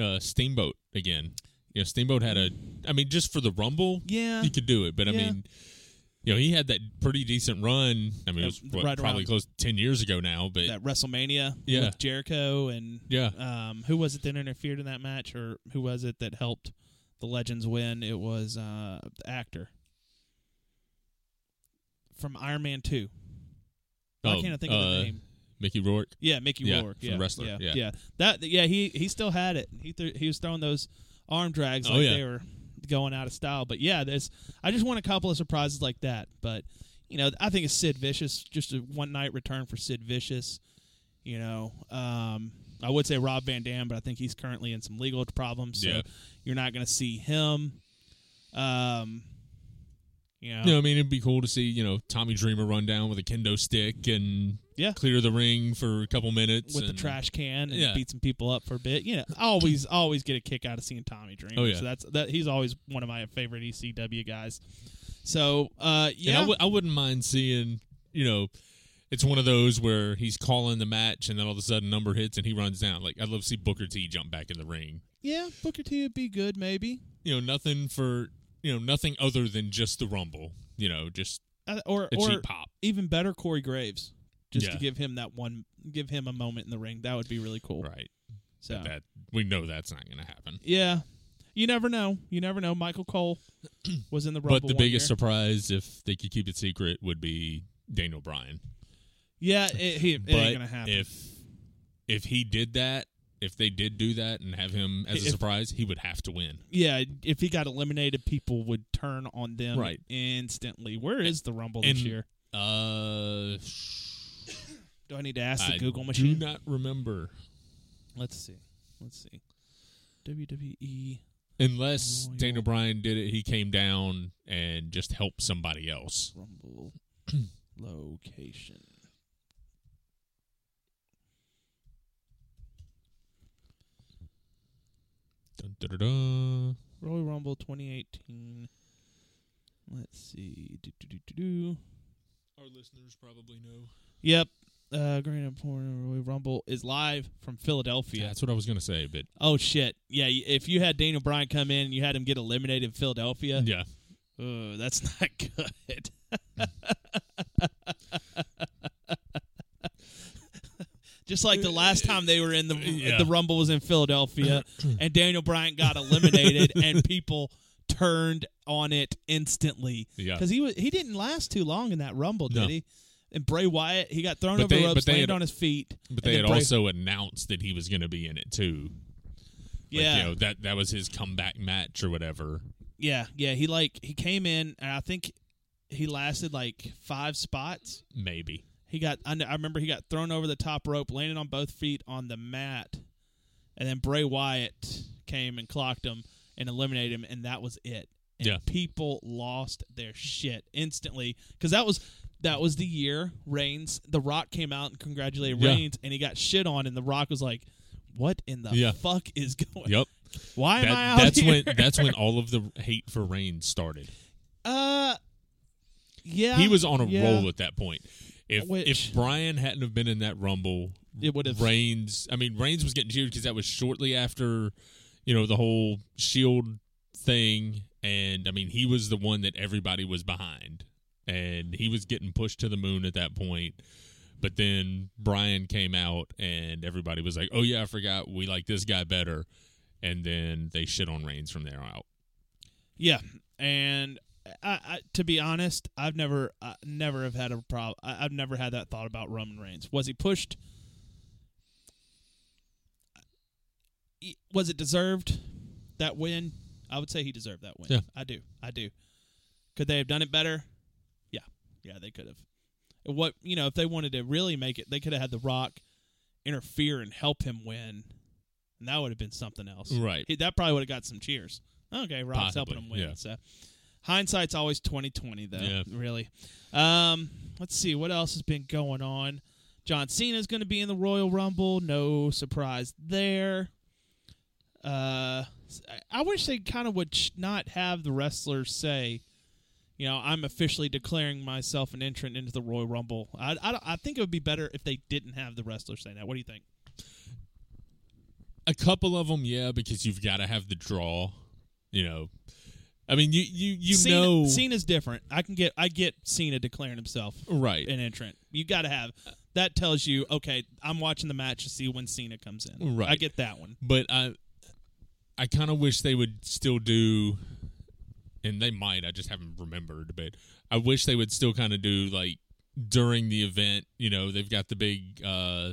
uh, Steamboat again. You know, Steamboat had a. I mean, just for the Rumble,
Yeah,
he could do it. But I
Yeah.
mean, you know, he had that pretty decent run. I mean, it was
Uh,
what,
right
probably
around-
close to ten years ago now. But
that WrestleMania
Yeah.
with Jericho and
yeah,
um, who was it that interfered in that match, or who was it that helped the Legends win? It was uh, the actor from Iron Man Two. Why
Oh,
can't I think of the
uh,
name?
Mickey Rourke.
Yeah, Mickey
yeah,
Rourke,
from
yeah,
Wrestler,
Yeah,
yeah.
that. Yeah, he he still had it. He threw he was throwing those arm drags
Oh,
like
yeah.
they were going out of style. But yeah, there's I just want a couple of surprises like that. But you you know, I think it's Sid Vicious, just a one night return for Sid Vicious. You know, um, I would say Rob Van Dam, but I think he's currently in some legal problems, so
Yeah.
you're not going to see him. Um, you know,
You know, I mean, it'd be cool to see, you know, Tommy Dreamer run down with a kendo stick and
Yeah.
clear the ring for a couple minutes.
with the
and-
trash can and
Yeah.
beat some people up for a bit. You know, I always always get a kick out of seeing Tommy Dreamer.
Oh, yeah.
So that's that. He's always one of my favorite ECW guys. So uh,
And I
yeah,
w- I wouldn't mind seeing, you know, it's one of those where he's calling the match and then all of a sudden number hits and he runs down. Like, I'd love to see Booker T jump back in the ring.
yeah. Booker T would be good, maybe,
You know, nothing for, you know, nothing other than just the Rumble. You know, just
uh, or
a
or
cheap pop.
even better, Corey Graves, just to
Yeah.
give him that one, give him a moment in the ring. That would be really cool.
Right.
So
That we know that's not going to happen.
yeah, you never know. You never know. Michael Cole was in the Rumble.
but the
one
biggest
year.
surprise, if they could keep it secret, would be Daniel Bryan.
yeah, it, he, it
but
ain't gonna happen.
if if he did that, if they did do that and have him as a
If-
surprise, he would have to win.
Yeah, if he got eliminated, people would turn on them
Right.
instantly. Where is the Rumble this
And-
year?
Uh,
Do I need to ask the
I
Google
do
machine?
not remember
Let's see. Let's see. E WWE.
unless
Royal-
Daniel Bryan did it. He came down and just helped somebody else. (clears throat)
Rumble location.
Dun, dun, dun, dun.
Royal Rumble 2018. Let's see. Do, do, do, do, do.
Our listeners probably know.
Yep. Uh, Grand Emporium Royal Rumble is live from Philadelphia.
Yeah, that's what I was gonna say, but
Oh shit! Yeah, y- if you had Daniel Bryan come in and you had him get eliminated in Philadelphia,
yeah,
Oh, that's (laughs) not good. Just like the last time they were in the
Uh, Yeah.
the Rumble was in Philadelphia,
(clears throat)
and Daniel Bryan got eliminated, and people turned on it instantly
yeah.
because he was he didn't last too long in that Rumble, did
No.
he? And Bray Wyatt, he got thrown
But
over
they-
the ropes,
but they
landed
had-
on his feet.
But
and
they
then
had
Bray-
also announced that he was going to be in it too. Like,
yeah,
you know, that that was his comeback match or whatever.
yeah, yeah. He like he came in, and I think he lasted like five spots.
Maybe.
He got. I, kn- I remember he got thrown over the top rope, landed on both feet on the mat, and then Bray Wyatt came and clocked him and eliminated him, and that was it. And
Yeah.
people lost their shit instantly because that was that was the year Reigns, The Rock came out and congratulated
Yeah.
Reigns, and he got shit on, and The Rock was like, "What in the
Yeah.
fuck is going?
Yep.
Why am I
That,
out
that's
here?"
when that's
(laughs)
when all of the hate for Reigns started.
uh, yeah,
He was on a
yeah.
roll at that point. If
Which-
if Brian hadn't have been in that rumble,
It would have-
Reigns. I mean, Reigns was getting jeered because that was shortly after, you know, the whole Shield thing, and I mean, he was the one that everybody was behind, and he was getting pushed to the moon at that point. But then Brian came out, and everybody was like, "Oh yeah, I forgot we like this guy better," and then they shit on Reigns from there out.
Yeah, and I, I to be honest, I've never, I never have had a problem. I've never had that thought about Roman Reigns. Was he pushed? Was it deserved? That win, I would say he deserved that win.
Yeah.
I do, I do. Could they have done it better? Yeah, yeah, they could have. What you know, if they wanted to really make it, they could have had The Rock interfere and help him win, and that would have been something else.
Right.
He, that probably would have got some cheers. Okay, Rock's
Possibly,
helping him win.
yeah.
So hindsight's always twenty twenty though.
Yeah.
Really. Um, let's see what else has been going on. John Cena's going to be in the Royal Rumble. No surprise there. Uh, I wish they kind of would sh- not have the wrestlers say, you know, I'm officially declaring myself an entrant into the Royal Rumble. I, I, I think it would be better if they didn't have the wrestlers say that. What do you think?
A couple of them, yeah, because you've got to have the draw. You know, I mean, you you you
Cena,
know,
Cena's different. I can get I get Cena declaring himself (laughs)
right,
an entrant. You got to have that tells you okay. I'm watching the match to see when Cena comes in.
Right.
I get that one.
but I I kind of wish they would still do, and they might. I just haven't remembered, but I wish they would still kind of do like during the event. You know, they've got the big uh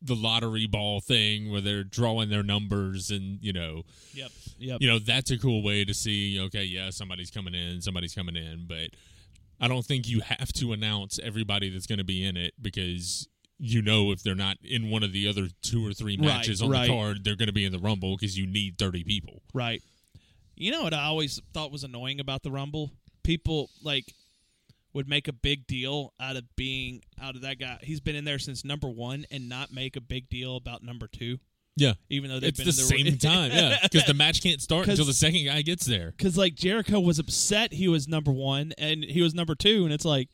the lottery ball thing where they're drawing their numbers and you know
Yep. Yep.
you know that's a cool way to see okay yeah somebody's coming in somebody's coming in but I don't think you have to announce everybody that's going to be in it because you know if they're not in one of the other two or three
Right,
matches on
right.
the card, they're going to be in the Rumble because you need 30 people.
Right. You know what I always thought was annoying about the Rumble? People like would make a big deal out of being out of that guy. He's been in there since number one, and not make a big deal about number two,
Yeah.
even though they've
It's
been
the
in the
same
(laughs)
time, yeah, because the match can't start
'Cause-
until the second guy gets there.
Because like Jericho was upset he was number one and he was number two, and it's like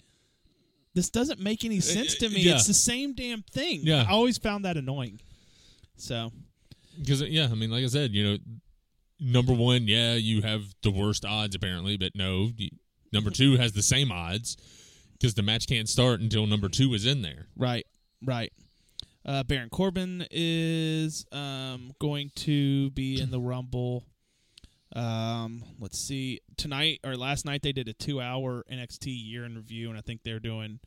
this doesn't make any sense to me.
Uh, yeah.
It's the same damn thing.
Yeah.
I always found that annoying. So
Because yeah, I mean, like I said, you know, number one, yeah, you have the worst odds apparently, but no, y- number two has the same odds because the match can't start until number two is in there.
Right, right. Uh, Baron Corbin is um, going to be in the Rumble. Um, let's see. Tonight or last night they did a two-hour NXT year in review, and I think they're doing.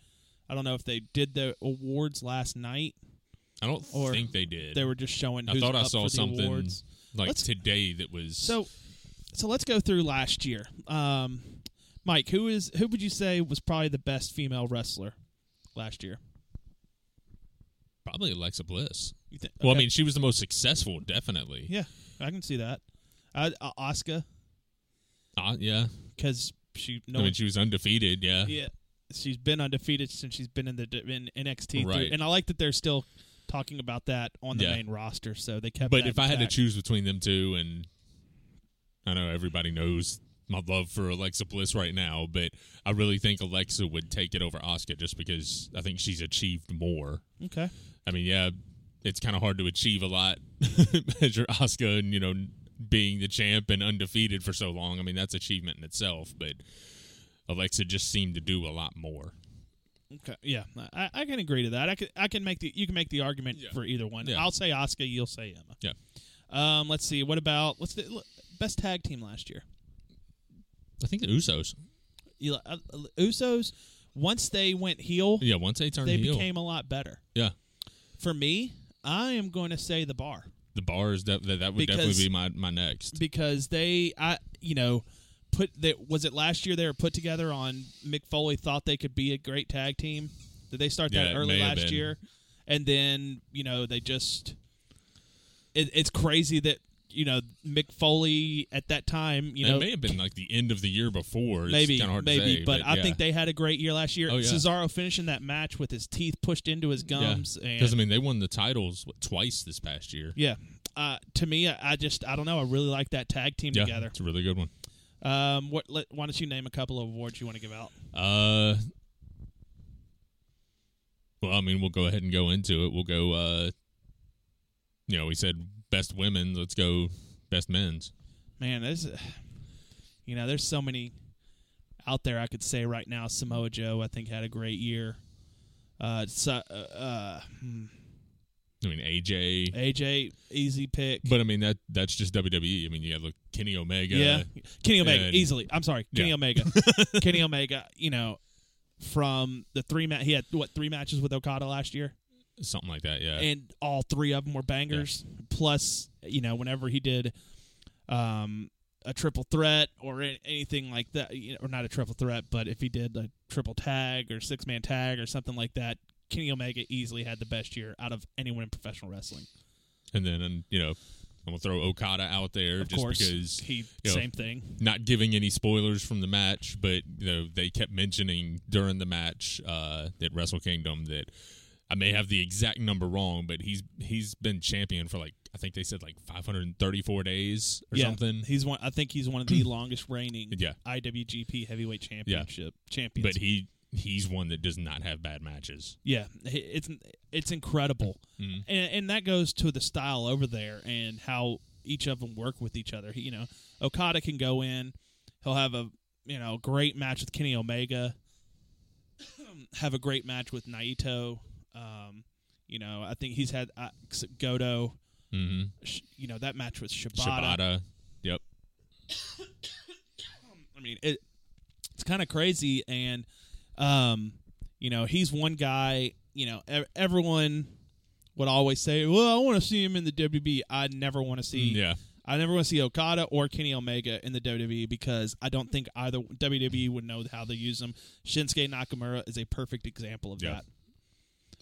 I don't know if they did the awards last night.
I don't
Or
think they did.
They were just showing.
I
who's
thought I
up
saw
for the
something
awards.
like
Let's-
today that was
So, so let's go through last year. Um, Mike, who is who would you say was probably the best female wrestler last year?
probably Alexa Bliss.
You think?
Well, I
okay.
mean, she was the most successful, definitely.
Yeah, I can see that. I, uh, Asuka,
Uh, yeah.
because she no,
I mean, she was undefeated. Yeah.
yeah, she's been undefeated since she's been in the d- in NXT, through-
Right.
and I like that they're still talking about that on the
Yeah.
main roster. So they kept.
But
that
if I had to
intact.
choose between them two, and I know everybody knows my love for Alexa Bliss right now, but I really think Alexa would take it over Oscar just because I think she's achieved more.
okay,
I mean, yeah, it's kind of hard to achieve a lot (laughs) as your Oscar and you know being the champ and undefeated for so long. I mean, that's achievement in itself, but Alexa just seemed to do a lot more.
okay, yeah, I, I can agree to that. I can I can make the you can make the argument
Yeah.
for either one.
Yeah.
I'll say Asuka, you'll say Emma.
Yeah.
Um, let's see. What about let's do, l- best tag team last year?
I think the Usos.
You, uh, Usos. Once they went heel,
Yeah, once they turned
they
heel,
became a lot better.
yeah,
For me, I am going to say the bar.
the bars that that, that would
Because-
definitely be my my next.
because they I you know put that was it last year they were put together on Mick Foley thought they could be a great tag team. Did they start
Yeah,
that
it
early
may have
last
been.
year? And then you know they just it, it's crazy that you know Mick Foley at that time you
it
know
may have been like the end of the year before. It's
maybe
kind of hard to
maybe
say,
but, I
yeah.
think they had a great year last year.
Oh, yeah.
Cesaro finishing that match with his teeth pushed into his gums and
because I mean they won the titles what, twice this past year.
yeah. Uh, to me, I I just I don't know. I really like that tag team
Yeah,
together.
it's a really good one.
Um, what? Let, why don't you name a couple of awards you want to give out?
Uh, well, I mean we'll go ahead and go into it. We'll go. uh You know, we said best women. Let's go best men's.
Man, there's, you know, there's so many out there I could say right now. Samoa Joe, I think, had a great year. Uh, so, uh, uh, hmm,
I mean AJ.
AJ, easy pick.
But I mean that that's just WWE. I mean you got look Kenny Omega.
yeah, Kenny Omega
And-
easily. I'm sorry, Kenny
Yeah.
Omega. Kenny Omega. You know, from the three ma- he had what three matches with Okada last year,
something like that. Yeah,
and all three of them were bangers. Plus, you know, whenever he did, um, a triple threat or a- anything like that, you know, or not a triple threat, but if he did a triple tag or six man tag or something like that, Kenny Omega easily had the best year out of anyone in professional wrestling.
and then and, you know I'm gonna throw Okada out there
Of
just
course,
because
he
you know,
same thing.
not giving any spoilers from the match, but you know they kept mentioning during the match uh, at Wrestle Kingdom that I may have the exact number wrong, but he's he's been champion for like I think they said like 534 days or
yeah,
something.
He's one. I think he's one of
(clears throat)
the longest reigning
Yeah.
IWGP Heavyweight Championship champions.
But he he's one that does not have bad matches.
Yeah, i- it's it's incredible,
Mhm.
and and that goes to the style over there and how each of them work with each other. He- You know, Okada can go in, he'll have a you know great match with Kenny Omega, (clears throat) have a great match with Naito. Um, you know, I think he's had uh, Goto.
Mm-hmm.
sh- You know that match with Shibata.
Shibata, yep,
Um, I mean, it, it's kind of crazy. And, um, you know, he's one guy, you know, e-, ev- everyone would always say, well, E." I want to see him in the WB. I never want to see,
Mm, yeah,
I never want to see Okada or Kenny Omega in the WWE because I don't think either WWE would know how to use them. Shinsuke Nakamura is a perfect example of
Yeah.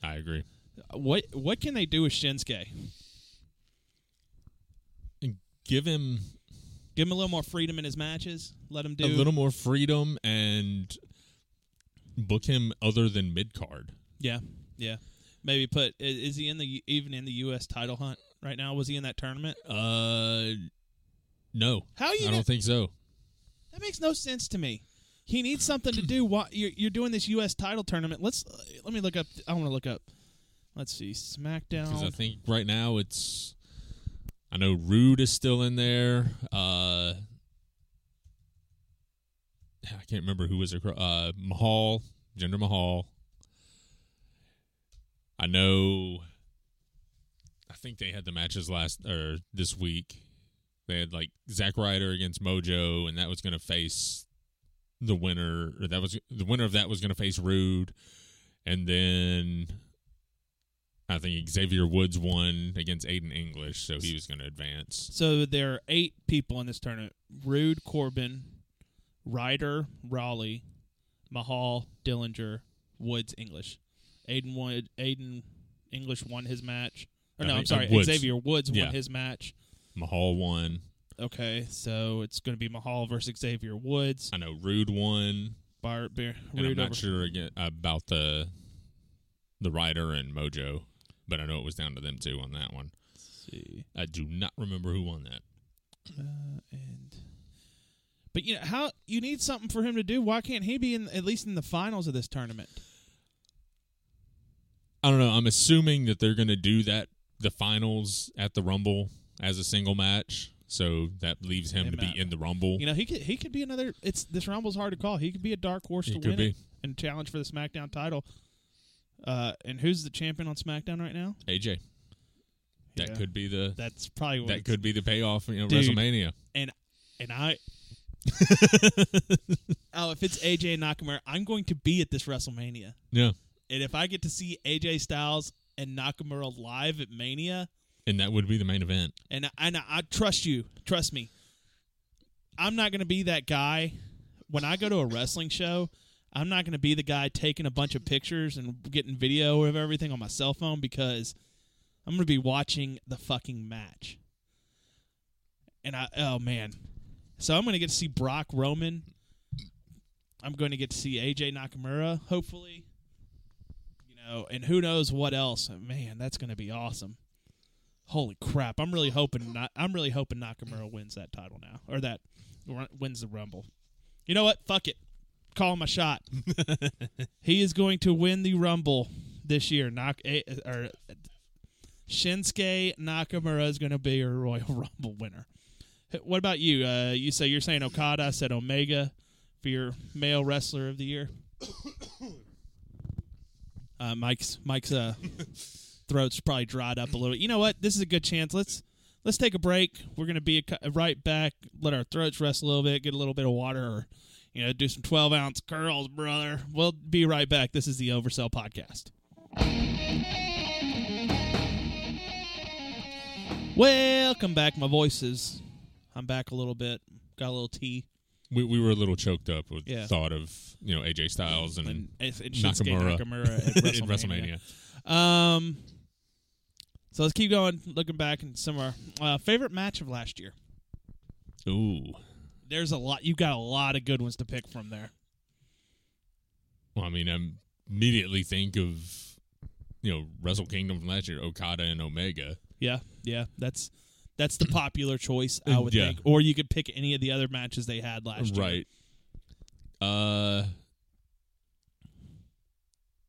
I agree.
that. What what can they do with Shinsuke?
Give him
Give him a little more freedom in his matches. Let him do
a little more freedom and book him other than mid card.
Yeah, yeah. Maybe put i- is he in the even in the U.S. title hunt right now? Was he in that tournament?
Uh, no,
How you
I
know-
don't think so.
That makes no sense to me. He needs something to do. Why you're, you're doing this U.S. title tournament? Let's uh, let me look up. I want to look up. Let's see
Because I
SmackDown.
think right now it's. I know Rude is still in there. Uh, I can't remember who was across. Uh, Mahal, Jinder Mahal. I know. I think they had the matches last or this week. They had like Zack Ryder against Mojo, and that was going to face the winner. Or that was the winner of that was going to face Rude, and then I think Xavier Woods won against Aiden English, so he was going to advance.
So there are eight people in this tournament: Rude, Corbin, Ryder, Raleigh, Mahal, Dillinger, Woods, English. Aiden won. Aiden English won his match. Or
I
no, I'm
think- uh,
sorry.
Woods.
Xavier Woods
Yeah.
won his match.
Mahal won.
Okay, so it's going to be Mahal versus Xavier Woods.
I know Rude won,
Bart Bear,
and I'm
Rude
not
over-
sure again about the the Ryder and Mojo, but I know it was down to them two on that one.
Let's see.
I do not remember who won that.
Uh, and but you know how you need something for him to do. Why can't he be in at least in the finals of this tournament?
I don't know. I'm assuming that they're going to do that the finals at the Rumble as a single match, so that leaves him
Hey,
to
Matt.
be in the Rumble.
You know he could he could be another. It's this Rumble's hard to call. He could be a dark horse
He
to
could
win it
be.
and challenge for the SmackDown title. Uh, and who's the champion on SmackDown right now?
AJ, that
Yeah.
could be the
That's probably what
that
it's-
could be the payoff. You know,
Dude.
WrestleMania.
and and
(laughs)
I. oh, if it's AJ and Nakamura, I'm going to be at this WrestleMania.
Yeah,
And if I get to see AJ Styles and Nakamura live at Mania,
and that would be the main event.
and and I, I trust you, trust me. I'm not going to be that guy when I go to a wrestling show. I'm not going to be the guy taking a bunch of pictures and getting video of everything on my cell phone because I'm going to be watching the fucking match. And I oh man. So I'm going to get to see Brock Roman. I'm going to get to see AJ Nakamura hopefully. You know, and who knows what else. Man, that's going to be awesome. Holy crap! I'm really hoping not, I'm really hoping Nakamura wins that title now, or that ru- wins the Rumble. You know what? Fuck it. Call my shot. he is going to win the Rumble this year. Nak eh, or Shinsuke Nakamura is going to be your Royal (laughs) Rumble winner. H- What about you? Uh, you say you're saying Okada. I said Omega for your male wrestler of the year. (coughs) Uh, Mike's Mike's uh, throat's probably dried up a little bit. You know what? This is a good chance. Let's let's take a break. We're gonna be a, right back. Let our throats rest a little bit. Get a little bit of water, or you know, do some twelve ounce curls, brother. We'll be right back. This is the Oversell Podcast. Welcome back. My voice is. I'm back a little bit. Got a little tea.
we, we were a little choked up with
Yeah.
thought of you know AJ Styles and,
And, it's it's Shinsuke
Nakamura,
Nakamura at
(laughs) in WrestleMania.
Um, so let's keep going, looking back and some of our uh, favorite match of last year.
Ooh,
There's a lot. You've got a lot of good ones to pick from there.
well, I mean, I immediately think of you know Wrestle Kingdom from last year, Okada and Omega.
Yeah, yeah. That's that's the popular choice, I would
Yeah.
think. Or you could pick any of the other matches they had last year.
right. Uh,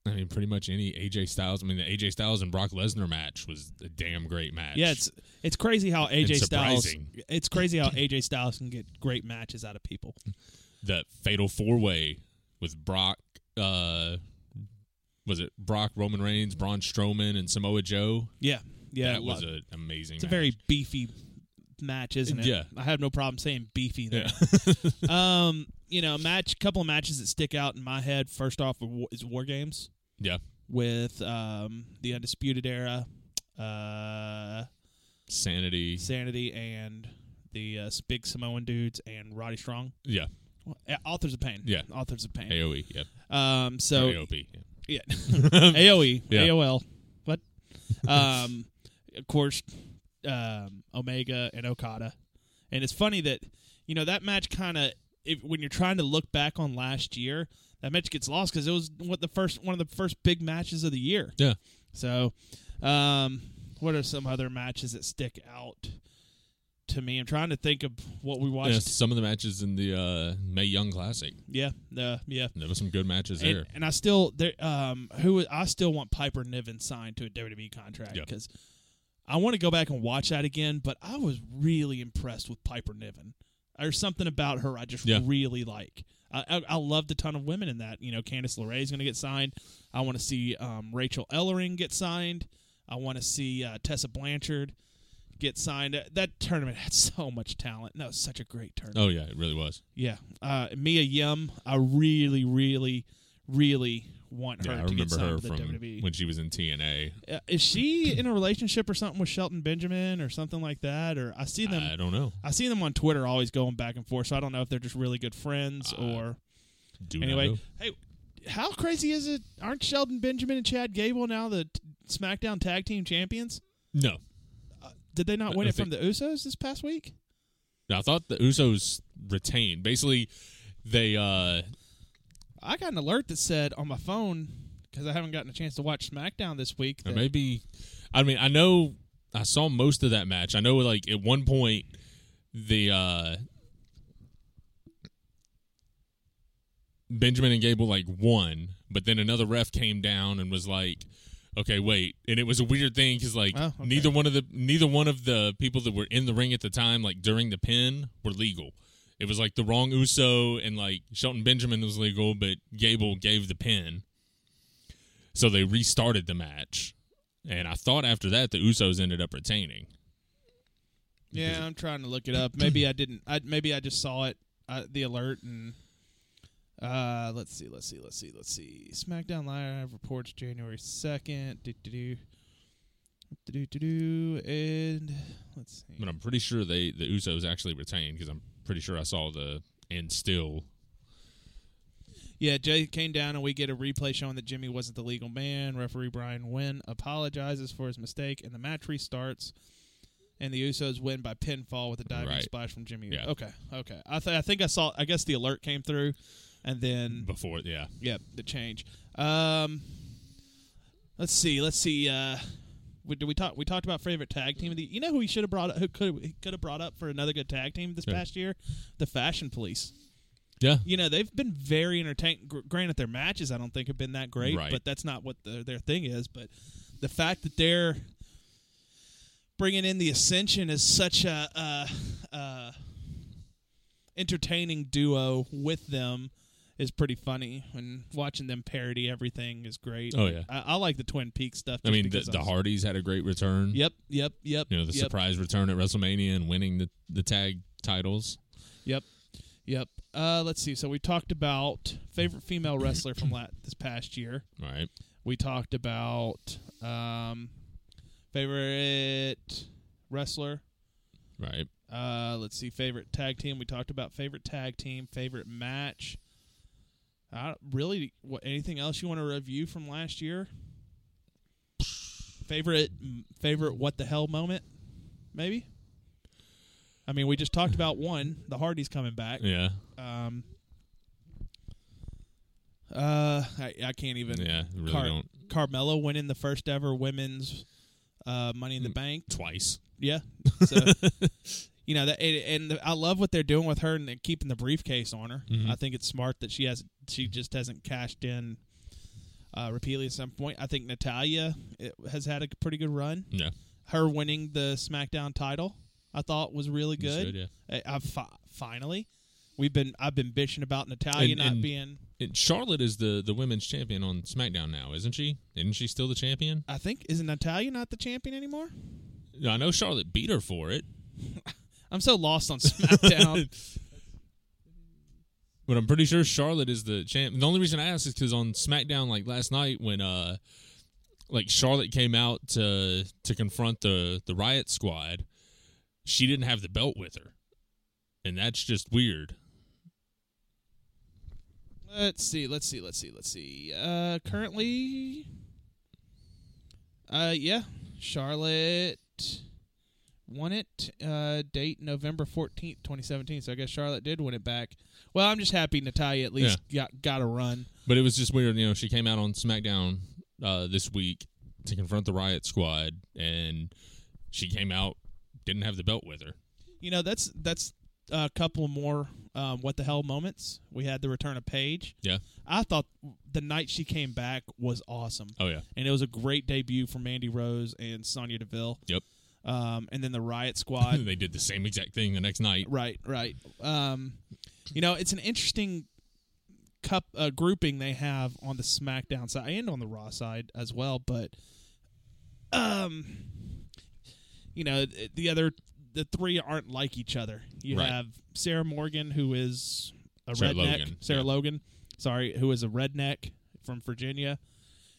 I mean, pretty much any AJ Styles. I mean, the AJ Styles and Brock Lesnar match was a damn great match.
Yeah, it's it's crazy how AJ
And
Styles.
surprising.
It's crazy how AJ Styles can get great matches out of people.
the Fatal Four Way with Brock. Uh, was it Brock, Roman Reigns, Braun Strowman, and Samoa Joe?
Yeah, yeah.
that
a
was
lot-
an amazing.
it's a
match.
very beefy match, isn't it?
Yeah.
I have no problem saying beefy there.
yeah.
um, you know, match couple of matches that stick out in my head. First off is War Games
(laughs) yeah.
with um the Undisputed Era, uh,
Sanity.
Sanity and the uh, big Samoan dudes and Roddy Strong.
Yeah.
Well, uh, Authors of Pain.
Yeah.
Authors of Pain.
AOE. Yeah. E.
Um, so
AOP. (laughs)
yeah, E.
Yeah.
AOE,
Yeah.
AOL. What? Um, of course, um, Omega and Okada. And it's funny that you know that match kind of if when you're trying to look back on last year, that match gets lost because it was what the first one of the first big matches of the year.
Yeah.
So, um, what are some other matches that stick out to me? I'm trying to think of what we
Yeah,
watched.
some of the matches in the uh, May Young Classic.
Yeah, uh, yeah.
There was some good matches there.
And, and I still there um who I still want Piper Niven signed to a WWE contract
Yeah.
because I want to go back and watch that again. But I was really impressed with Piper Niven. There's something about her I just
Yeah.
really like. I, I, I loved a ton of women in that. You know, Candice LeRae is going to get signed. I want to see um, Rachel Ellering get signed. I want to see uh, Tessa Blanchard get signed. That, that tournament had (laughs) so much talent. No, such a great tournament.
Oh yeah, it really was.
Yeah. Uh, Mia Yim, I really, really, really want her
Yeah, I
to get
remember
signed
her
to the E.
from
WWE.
when she was in TNA.
Uh, is she in a relationship or something with Shelton Benjamin or something like that? Or I see them,
I don't know.
I see them on Twitter always going back and forth. So I don't know if they're just really good friends
Uh,
or
Do not
anyway.
know.
Hey, how crazy is it? Aren't Sheldon Benjamin and Chad Gable now the t- SmackDown Tag Team Champions? Uh,
No.
Did they not
I-
win
I
it from the Usos this past week?
No, I thought the Usos retained. Basically, they uh
I got an alert that said on my phone because I haven't gotten a chance to watch SmackDown this week.
Or
that-
maybe I mean I know I saw most of that match. I know like at one point the uh Benjamin and Gable like won, but then another ref came down and was like okay wait and it was a weird thing because like
Oh, okay.
neither one of the neither one of the people that were in the ring at the time like during the pin were legal it was like the wrong uso and like shelton benjamin was legal but gable gave the pin so they restarted the match and i thought after that the usos ended up retaining
Yeah, I'm trying to look it
(clears throat)
up. Maybe I didn't. I maybe I just saw it uh, the alert and uh let's see, let's see, let's see, let's see. SmackDown Live reports January 2nd. Do do do. Do do do and let's see.
but i'm pretty sure they the usos actually retained because i'm pretty sure i saw the and still
Yeah, Jay came down and we get a replay showing that Jimmy wasn't the legal man. Referee Brian Wynn apologizes for his mistake and the match restarts. And the Usos win by pinfall with a diving
Right.
splash from Jimmy.
Yeah.
Okay, okay. I th- I think I saw. I guess the alert came through, and then
before yeah
yeah, the change. Um, let's see. Let's see. Uh, we, did we talk? We talked about favorite tag team of the. You know who we should have brought up? Who could could have brought up for another good tag team this
Who?
past year? The Fashion Police.
yeah
You know they've been very entertaining. Gr- Granted, their matches I don't think have been that great,
Right.
but that's not what the, their thing is. But the fact that they're bringing in the Ascension as such a, uh uh entertaining duo with them is pretty funny. And watching them parody everything is great.
oh yeah
I, I like the Twin Peaks stuff.
i
just
mean the,
because
the
I'm-
hardys had a great return
Yep, yep, yep.
you know the
yep.
surprise return at WrestleMania and winning the the tag titles.
Yep. Yep. Uh, let's see. So we talked about favorite female wrestler from la- this past year.
All right,
We talked about um, favorite wrestler.
right.
Uh, let's see, favorite tag team. We talked about favorite tag team, favorite match. Uh, really, what anything else you want to review from last year? Favorite, m- favorite what the hell moment? Maybe. I mean, we just talked about one. The Hardy's coming back.
Yeah,
Um. Uh, I, I can't even.
yeah. Really
Car-
don't
Carmella winning the first ever women's uh, Money in the
Mm.
Bank.
twice. (laughs)
Yeah. So, you know, that, and, and I love what they're doing with her and they're keeping the briefcase on her.
Mhm.
I think it's smart that she has she just hasn't cashed in uh, repeatedly at some point. I think Natalia it, has had a pretty good run.
Yeah,
Her winning the SmackDown title, I thought was really
That's
good.
yeah.
I, I've fi- finally we've been I've been bitching about Natalia
And-
not
and-
being.
And Charlotte is the the women's champion on SmackDown now, isn't she? Isn't she still the champion?
I think isn't Natalia not the champion anymore?
I know Charlotte beat her for it,
I'm so lost on (laughs)
(laughs)
SmackDown.
but I'm pretty sure Charlotte is the champ. The only reason I asked is because on SmackDown, like last night, when uh, like Charlotte came out to to confront the the riot squad, she didn't have the belt with her. and that's just weird.
Let's see. Let's see. Let's see. Let's see. Uh, currently, uh, yeah, Charlotte won it. Uh, date November fourteenth, twenty seventeen. So I guess Charlotte did win it back. Well, I'm just happy Natalia at least got got a run.
But it was just weird, you know. She came out on SmackDown uh, this week to confront the Riot Squad, and she came out didn't have the belt with her.
You know, that's that's a couple more um, what the hell moments. We had the return of Paige.
Yeah.
I thought the night she came back was awesome,
Oh yeah,
and it was a great debut for Mandy Rose and Sonya Deville.
Yep.
Um, and then the
(laughs)
Riot Squad.
(laughs) they did the same exact thing the next night.
Right, right. Um, you know, it's an interesting cup uh, grouping they have on the SmackDown side and on the Raw side as well. But, um, you know, th- the other the three aren't like each other. You
Right.
have Sarah Morgan, who is a
Sarah
redneck.
Logan,
Sarah
yeah.
Logan, sorry, who is a redneck from Virginia.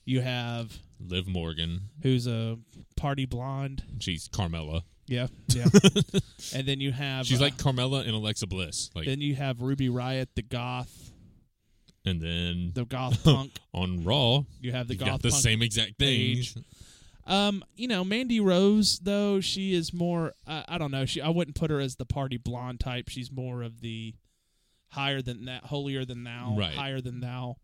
You have
Liv Morgan,
who's a party blonde.
she's Carmella.
Yeah,
(laughs)
yeah. and then you have
She's
uh,
like Carmella and Alexa Bliss, like,
then you have Ruby Riot, the goth,
and then
the
(laughs)
goth punk.
on Raw,
You have the
you
goth
got the
punk.
same exact thing.
page. Um, you know, Mandy Rose though she is more. Uh, I don't know. She I wouldn't put her as the party blonde type. She's more of the higher than that, holier than thou,
Right.
higher than thou.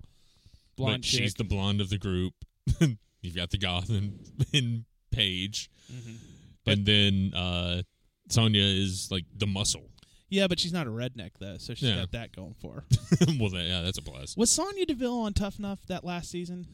But
Blonde chick.
she's the blonde of the group. (laughs) You've got the goth (laughs) and, and Paige,
Mhm.
and then uh, Sonya is like the muscle. (laughs)
Yeah, but she's not a redneck though, so she's
Yeah.
got that going for her.
well, that, yeah, that's a plus.
Was Sonya Deville on Tough Enough that last season?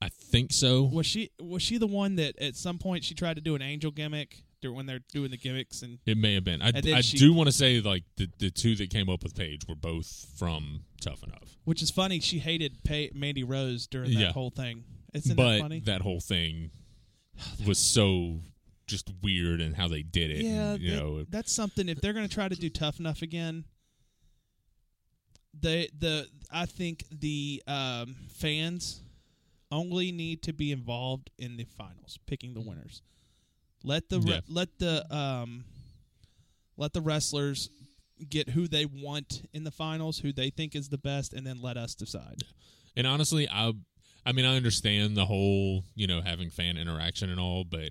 I think so.
Was she was she the one that at some point she tried to do an angel gimmick dur- when they're doing the gimmicks and
It may have been. I,
And then
I
she-
do want to say like the, the two that came up with Paige were both from Tough Enough,
Which is funny. She hated pa Mandy Rose during that
Yeah.
whole thing. Isn't
but
that funny?
whole thing was so just weird and how they did it.
yeah,
and, you
that-
know,
that's something. If they're going to try to do tough enough again, they the I think the um, fans only need to be involved in the finals, picking the winners. Let the re-
Yeah.
let the um, let the wrestlers get who they want in the finals, who they think is the best, and then let us decide.
And honestly, I I mean I understand the whole, you know, having fan interaction and all, but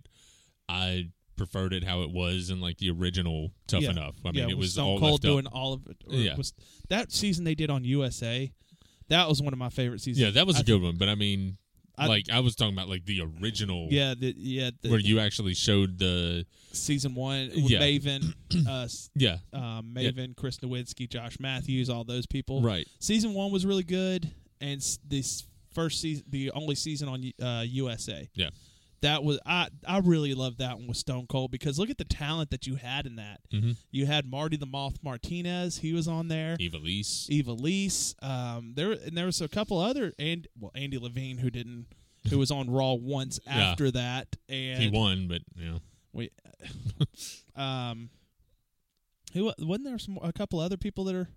I preferred it how it was in like the original Tough
Yeah.
Enough. I mean,
yeah,
it
with
was
Stone
all
Cold
left up.
doing all of it. or
Yeah.
was- that season they did on USA. That was one of my favorite seasons.
Yeah, that was
I
a good one, but I mean
I-
like I was talking about like the original
Yeah, the, yeah. The
where you actually showed the
season one, with
Yeah. (clears throat)
Maven, uh, s-
yeah,
um,
Yeah.
Maven, Chris Nowitzki, Josh Matthews, all those people.
right.
Season one was really good, and s- this first season, the only season on uh, USA.
Yeah.
That was I. I really loved that one with Stone Cold because look at the talent that you had in that.
Mhm.
You had Marty the Moth Martinez. He was on there.
Eva Lise.
Eva Lise. Um, there and there was a couple other and well Andy Levine who didn't who was on Raw once
Yeah.
after that and
He won, but you know,
um who wasn't there some a couple other people that are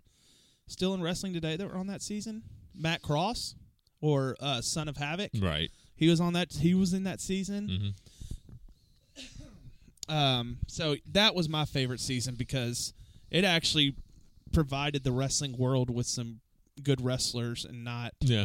still in wrestling today that were on that season Matt Cross or uh, Son of Havoc
right.
he was on that he was in that season
hmm Mm.
um so that was my favorite season because it actually provided the wrestling world with some good wrestlers and not
Yeah,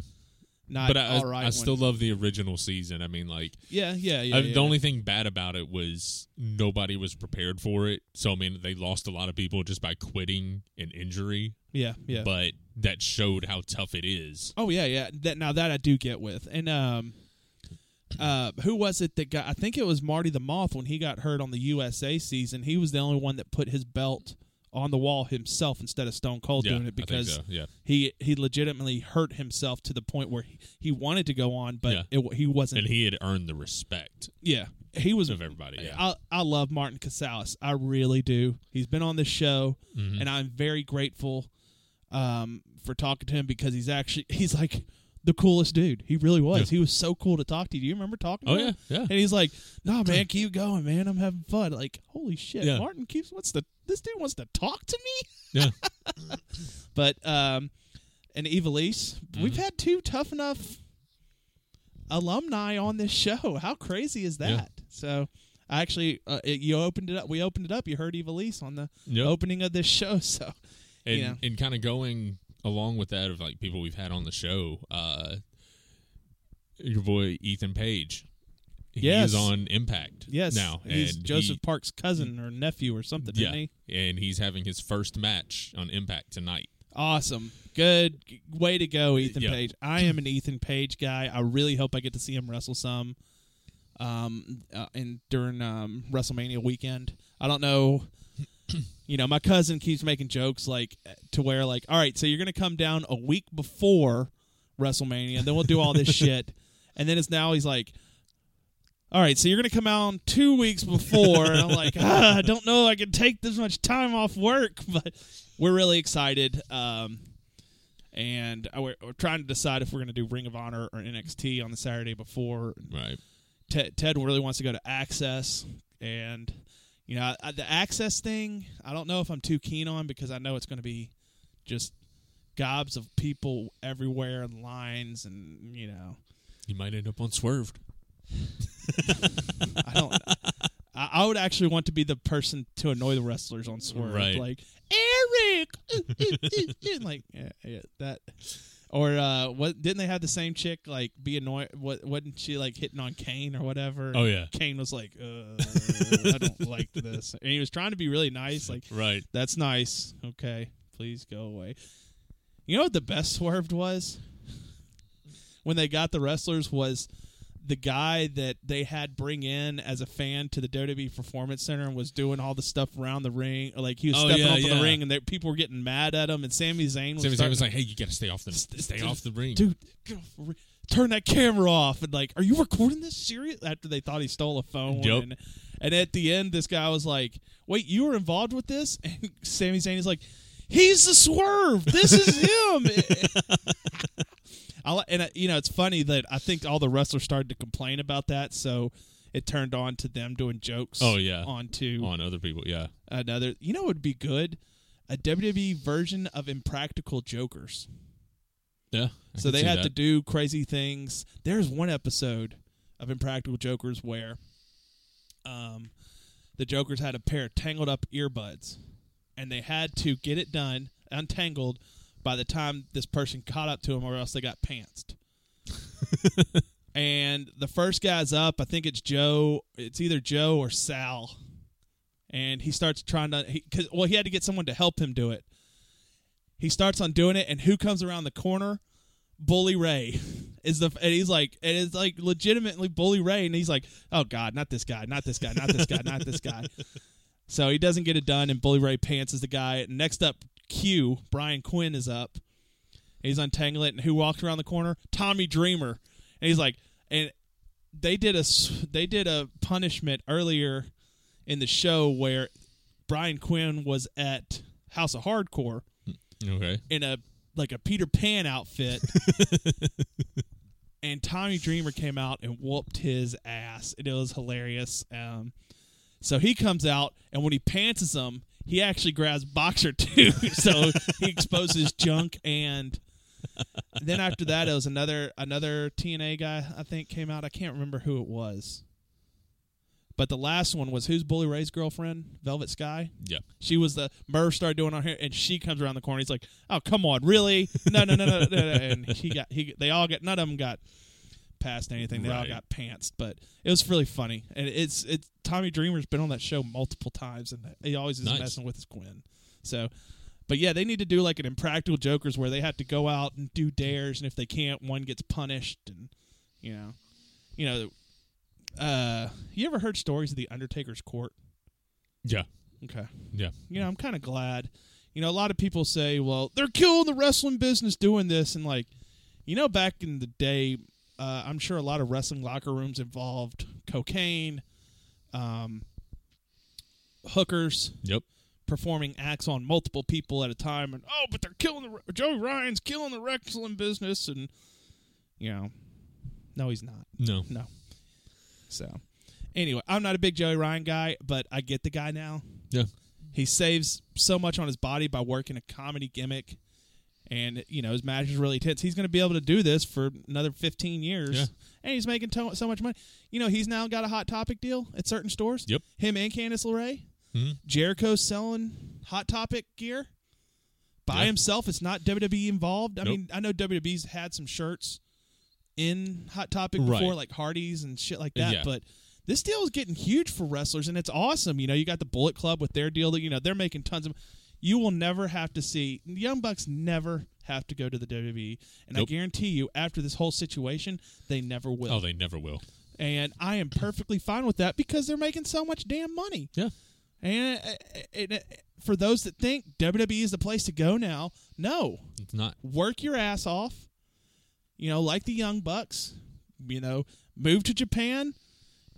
not
but I,
all right
I, I still love the original season. I mean, like
Yeah, yeah, yeah.
I,
yeah,
the only thing bad about it was nobody was prepared for it. So I mean, they lost a lot of people just by quitting an injury,
yeah, yeah.
but that showed how tough it is.
oh yeah, yeah. That now that I do get with. And um uh who was it that got I think it was Marty the Moth when he got hurt on the USA season. He was the only one that put his belt on the wall himself instead of Stone Cold
yeah,
doing it because
I think so. yeah,
he he legitimately hurt himself to the point where he, he wanted to go on but
Yeah.
it, he wasn't
and he had earned the respect
yeah. He was
of everybody. Yeah,
I, I love Martin Casales. I really do. He's been on this show,
Mhm.
and I'm very grateful um, for talking to him because he's actually (laughs) he's like the coolest dude. He really was. He was so cool to talk to. Do you remember talking?
oh
to
yeah,
him?
yeah.
And he's like, "Nah, man, keep going, man. I'm having fun." Like, holy shit,
Yeah.
Martin keeps wants to. This dude wants to talk to me.
Yeah.
(laughs) but um, and Evilise, we've
Mm-hmm.
had two tough enough alumni on this show. How crazy is that?
Yeah.
So I actually uh, it, you opened it up. We opened it up. You heard Evilise on the
Yep.
opening of this show. (laughs) So
and
you know.
and kind of going along with that of like people we've had on the show uh your boy ethan page he
Yes.
is on impact
yes,
now
he's
and
Joseph Park's cousin or nephew or something.
he, yeah
Isn't he?
and he's having his first match on impact tonight
Awesome. Good g- way to go, Ethan
Yeah.
Page. I am an Ethan Page guy. I really hope I get to see him wrestle some um uh, and during um WrestleMania weekend. I don't know you know, my cousin keeps making jokes like uh, to where like, "All right, so you're going to come down a week before WrestleMania, then we'll do all this shit." And then it's now he's like, all right, so you're gonna come out two weeks before, and I'm like, ah, I don't know, I can take this much time off work, (laughs) but we're really excited, um, and I- we're, we're trying to decide if we're gonna do Ring of Honor or NXT on the Saturday before.
right
Ted, Ted really wants to go to Access, and you know I, the Access thing, I don't know if I'm too keen on because I know it's gonna be just gobs of people everywhere and lines, and you know.
you might end up on swerved
I don't. I, I would actually want to be the person to annoy the wrestlers on Swerve,
Right.
like Eric, (laughs) ooh, ooh, ooh, ooh," like yeah, yeah, that. Or uh, what? Didn't they have the same chick like be annoyed? What wasn't she like hitting on Kane or whatever?
oh yeah
Kane was like, uh, I
(laughs)
don't like this, and he was trying to be really nice, like
right
that's nice. Okay, please go away. You know what the best swerved was? When they got the wrestlers was the guy that they had bring in as a fan to the WWE Performance Center and was doing all the stuff around the ring, like he was
Oh,
stepping
yeah,
up on
yeah.
the ring, and they, people were getting mad at him. And Sami Zayn was,
Sami Zayn
starting
was
to-
like, "Hey, you got to stay off the stay off the ring."
dude, get off the ring. turn that camera off. And like, are you recording this serious? After they thought he stole a phone.
Yep.
And, and at the end, this guy was like, wait, you were involved with this? (laughs) And Sami Zayn is like, he's the swerve. This is him. (laughs) I, li- and, uh, you know, it's funny that I think all the wrestlers started to complain about that. So it turned on to them doing jokes.
Oh, yeah.
Onto
on other people, yeah.
another. You know, it would be good. A WWE version of Impractical Jokers.
Yeah. I
So
can
they
see
had
that.
to do crazy things. There's one episode of Impractical Jokers where um, the Jokers had a pair of tangled up earbuds, and they had to get it done untangled by the time this person caught up to them, or else they got
(laughs)
pantsed. and the first guy's up. I think it's Joe. It's either Joe or Sal. And he starts trying to, he, cause, well, he had to get someone to help him do it. He starts on doing it, and who comes around the corner? Bully Ray is the and he's like and it's like legitimately Bully Ray and he's like oh god not this guy not this guy not this guy not this guy so he doesn't get it done and Bully Ray pants is the guy next up Q Brian Quinn is up he's untangling it and who walks around the corner Tommy Dreamer and he's like and they did a s- they did a punishment earlier in the show where Brian Quinn was at House of Hardcore
Okay.
in a like a Peter Pan outfit. and Tommy Dreamer came out and whooped his ass. And it was hilarious. Um, so he comes out and when he pantses him, he actually grabs boxer too. (laughs) so he exposes junk and then after that it was another another TNA guy I think came out. I can't remember who it was. But the last one was who's Bully Ray's girlfriend? Velvet Sky?
Yeah.
She was the Merv started doing on her, and she comes around the corner. He's like, "Oh, come on, really? No, no, no, no." no, no. And he got he they all got none of them got past anything. They all
Right.
got pantsed, but it was really funny. And it's it's Tommy Dreamer's been on that show multiple times, and he always is
Nice.
messing with his Quinn. So, but yeah, they need to do like an Impractical Jokers where they have to go out and do dares, and if they can't, one gets punished, and you know, you know. Uh, you ever heard stories of the Undertaker's court?
Yeah.
Okay
Yeah.
you know, I'm kind of glad. You know, a lot of people say, well, they're killing the wrestling business doing this. And, like, you know, back in the day, uh, I'm sure a lot of wrestling locker rooms involved cocaine, um, hookers
Yep.
performing acts on multiple people at a time. And, oh, but they're killing the, re- Joey Ryan's killing the wrestling business. And, you know, no, he's not.
No.
No. So, anyway, I'm not a big Joey Ryan guy, but I get the guy now.
Yeah.
He saves so much on his body by working a comedy gimmick and you know his match is really tense. He's going to be able to do this for another 15 years,
Yeah.
and he's making to- so much money. You know, he's now got a hot topic deal at certain stores.
Yep.
Him and Candice LeRae.
Mhm.
Jericho's selling hot topic gear by
Yeah.
himself. It's not WWE involved. I
Nope.
mean, I know WWE's had some shirts in hot topic
Right.
before, like Hardy's and shit like that,
Yeah.
but. This deal is getting huge for wrestlers, and it's awesome. You know, you got the Bullet Club with their deal that you know they're making tons of you will never have to see Young Bucks never have to go to the WWE, and
Nope.
I guarantee you, after this whole situation, they never will.
Oh, they never will.
and I am perfectly fine with that because they're making so much damn money.
Yeah.
And uh, it, it- for those that think WWE is the place to go now, no,
It's not.
work your ass off. You know, like the Young Bucks, you know, move to Japan,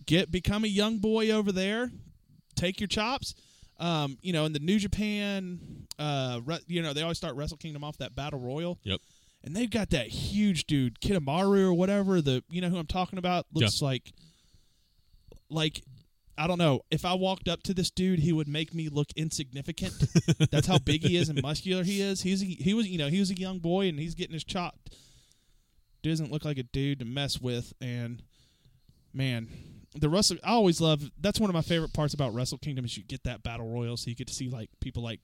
get become a young boy over there, take your chops. Um, you know, in the New Japan, uh, re- you know, they always start Wrestle Kingdom off that Battle Royal.
Yep.
And they've got that huge dude, Kitamaru or whatever. The you know who I'm talking about looks like, like, I don't know. If I walked up to this dude, he would make me look insignificant. That's how big he is and muscular he is. He's a, he was you know he was a young boy and he's getting his chopped. Doesn't look like a dude to mess with. And man, the Wrestle I always love. That's one of my favorite parts about Wrestle Kingdom is you get that battle royal, so you get to see like people like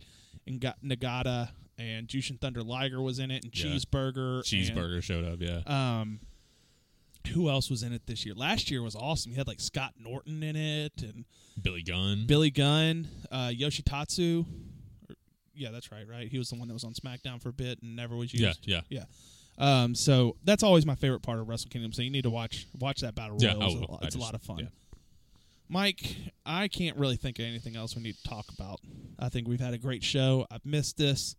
Nga- Nagata and Jushin Thunder Liger was in it, and
Yeah.
Cheeseburger, and,
Cheeseburger showed up. Yeah.
um, who else was in it this year? Last year was awesome. You had like Scott Norton in it, and
Billy Gunn.
Billy Gunn, uh, Yoshitatsu. Or- Yeah, that's right, right? He was the one that was on SmackDown for a bit and never was
yeah.
used.
Yeah.
Um, so that's always my favorite part of Wrestle Kingdom. So you need to watch watch that battle
Yeah,
royal.
I
it's a,
will.
lo-
I
it's a
just-
lot of fun.
yeah.
Mike, I can't really think of anything else we need to talk about. I think we've had a great show. I've missed this.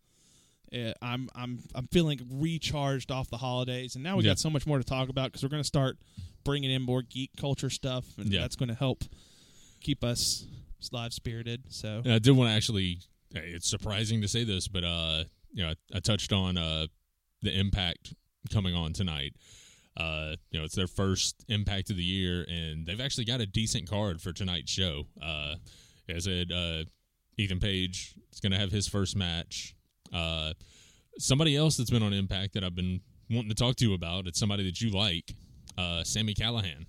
Uh, I'm I'm I'm feeling recharged off the holidays, and now we
Yeah.
got so much more to talk about because we're going to start bringing in more geek culture stuff, and
Yeah.
that's going to help keep us live spirited. So
And I did want to actually. It's surprising to say this, but uh, you know, I, I touched on uh the impact coming on tonight. Uh, you know, it's their first impact of the year, and they've actually got a decent card for tonight's show. Uh, I said, uh, Ethan Page is going to have his first match. Uh, somebody else that's been on Impact that I've been wanting to talk to you about. It's somebody that you like, uh, Sammy Callahan.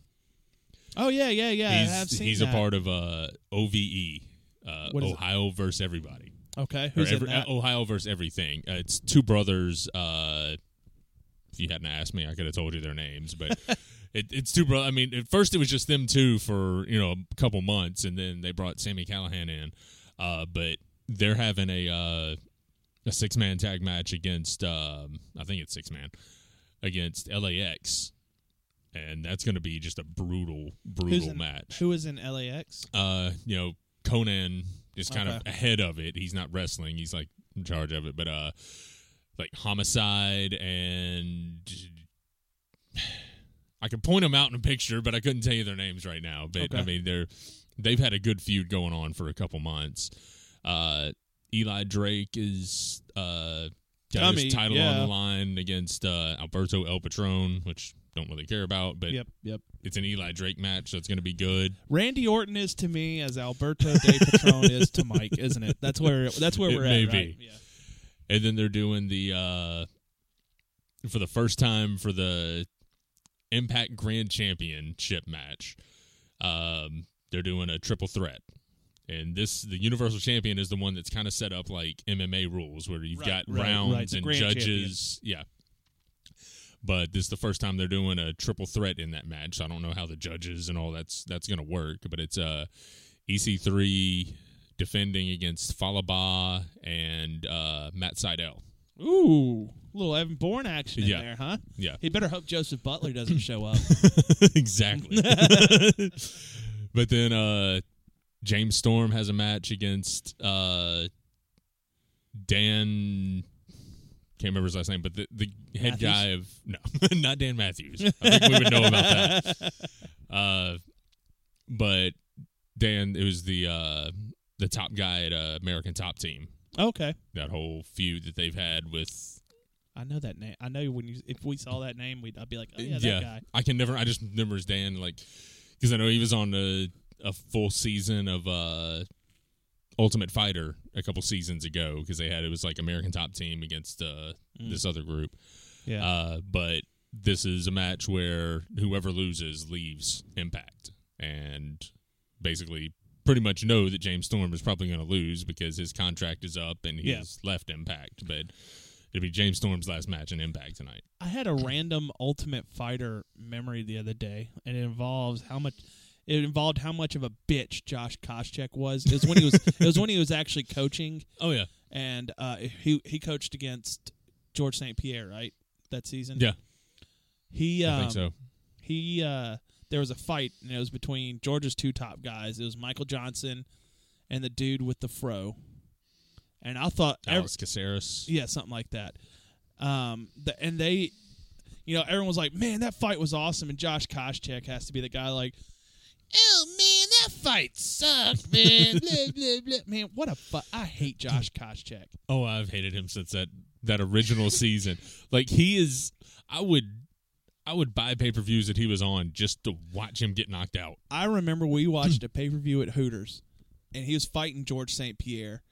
oh yeah yeah yeah, I have
he's
seen
he's a
that.
part of uh, OVE, uh,
What is it?
Ohio versus everybody.
Okay,
Or
who's
every- uh, oh.
in that?
Ohio versus everything. Uh, it's two brothers. Uh, if you hadn't asked me, I could have told you their
(laughs)
names, but it, it's two brothers. I mean, at first it was just them two for you know a couple months, and then they brought Sammy Callahan in. Uh, but they're having a uh, a six man tag match against um, I think it's six man against LAX, and that's going to be just a brutal
Who's
brutal
in-
match
Who is in LAX?
uh, you know, Conan is kind of
Okay.
ahead of it. He's not wrestling. He's like in charge of it, but uh, like homicide and (sighs) I could point them out in a picture, but I couldn't tell you their names right now. But I
Okay.
mean, they're they've had a good feud going on for a couple months. Uh, Eli Drake is uh got
Dummy,
his title on
yeah.
the line against uh, Alberto El Patron, which don't really care about, but
Yep, yep.
it's an Eli Drake match, so it's going to be good.
Randy Orton is to me as Alberto De Patron is to Mike, isn't it? That's where that's where
It
we're
may
at. Right?
be.
Yeah.
and then they're doing the uh for the first time for the impact grand championship match um they're doing a triple threat and this the universal champion is the one that's kind of set up like mma rules where you've
Right,
got
right,
rounds
right, the
and
grand
judges yeah but this is the first time they're doing a triple threat in that match so i don't know how the judges and all that's that's gonna work but it's uh ec3 defending against Falaba and uh, Matt Seidel.
Ooh, little Evan Bourne action in
Yeah.
there, huh?
Yeah.
He better hope Joseph Butler doesn't show up.
(laughs) exactly. but then uh, James Storm has a match against uh, Dan. Can't remember his last name, but the, the head
Matthews?
guy of no, (laughs) not Dan Matthews. I think we would know
(laughs)
about that. Uh, but Dan, it was the uh, the top guy at uh, American Top Team.
okay,
That whole feud that they've had with
I know that name. I know when you if we saw that name, we'd I'd be like, oh yeah, that guy.
I can never. I just remember his Dan like because I know he was on a a full season of uh Ultimate Fighter a couple seasons ago because they had it was like American Top Team against uh, this other group.
Mm. Yeah.
Uh, but this is a match where whoever loses leaves Impact and basically pretty much know that James Storm is probably going to lose because his contract is up and he's
Yeah.
left Impact. But it'll be James Storm's last match in Impact tonight.
I had a random Ultimate Fighter memory the other day, and it involves how much it involved how much of a bitch Josh Koscheck was. It was when he was it was when he was actually coaching,
Oh yeah,
and uh, he he coached against George St. Pierre, right? That season,
yeah,
He
I
um,
think so.
he uh, there was a fight, and it was between Georgia's two top guys. It was Michael Johnson and the dude with the fro. And I thought ev-
Alex Caceres.
Yeah, something like that. Um, the, and they, you know, everyone was like, "Man, that fight was awesome." And Josh Koscheck has to be the guy, like, "Oh man, that fight sucked, (laughs) man." blah, blah, blah. Man, what a fu- I hate Josh Koscheck.
Oh, I've hated him since that that
(laughs)
original season. Like he is, I would, I would buy pay per views that he was on just to watch him get knocked out.
I remember we watched a pay per view at Hooters, and he was fighting George St. Pierre.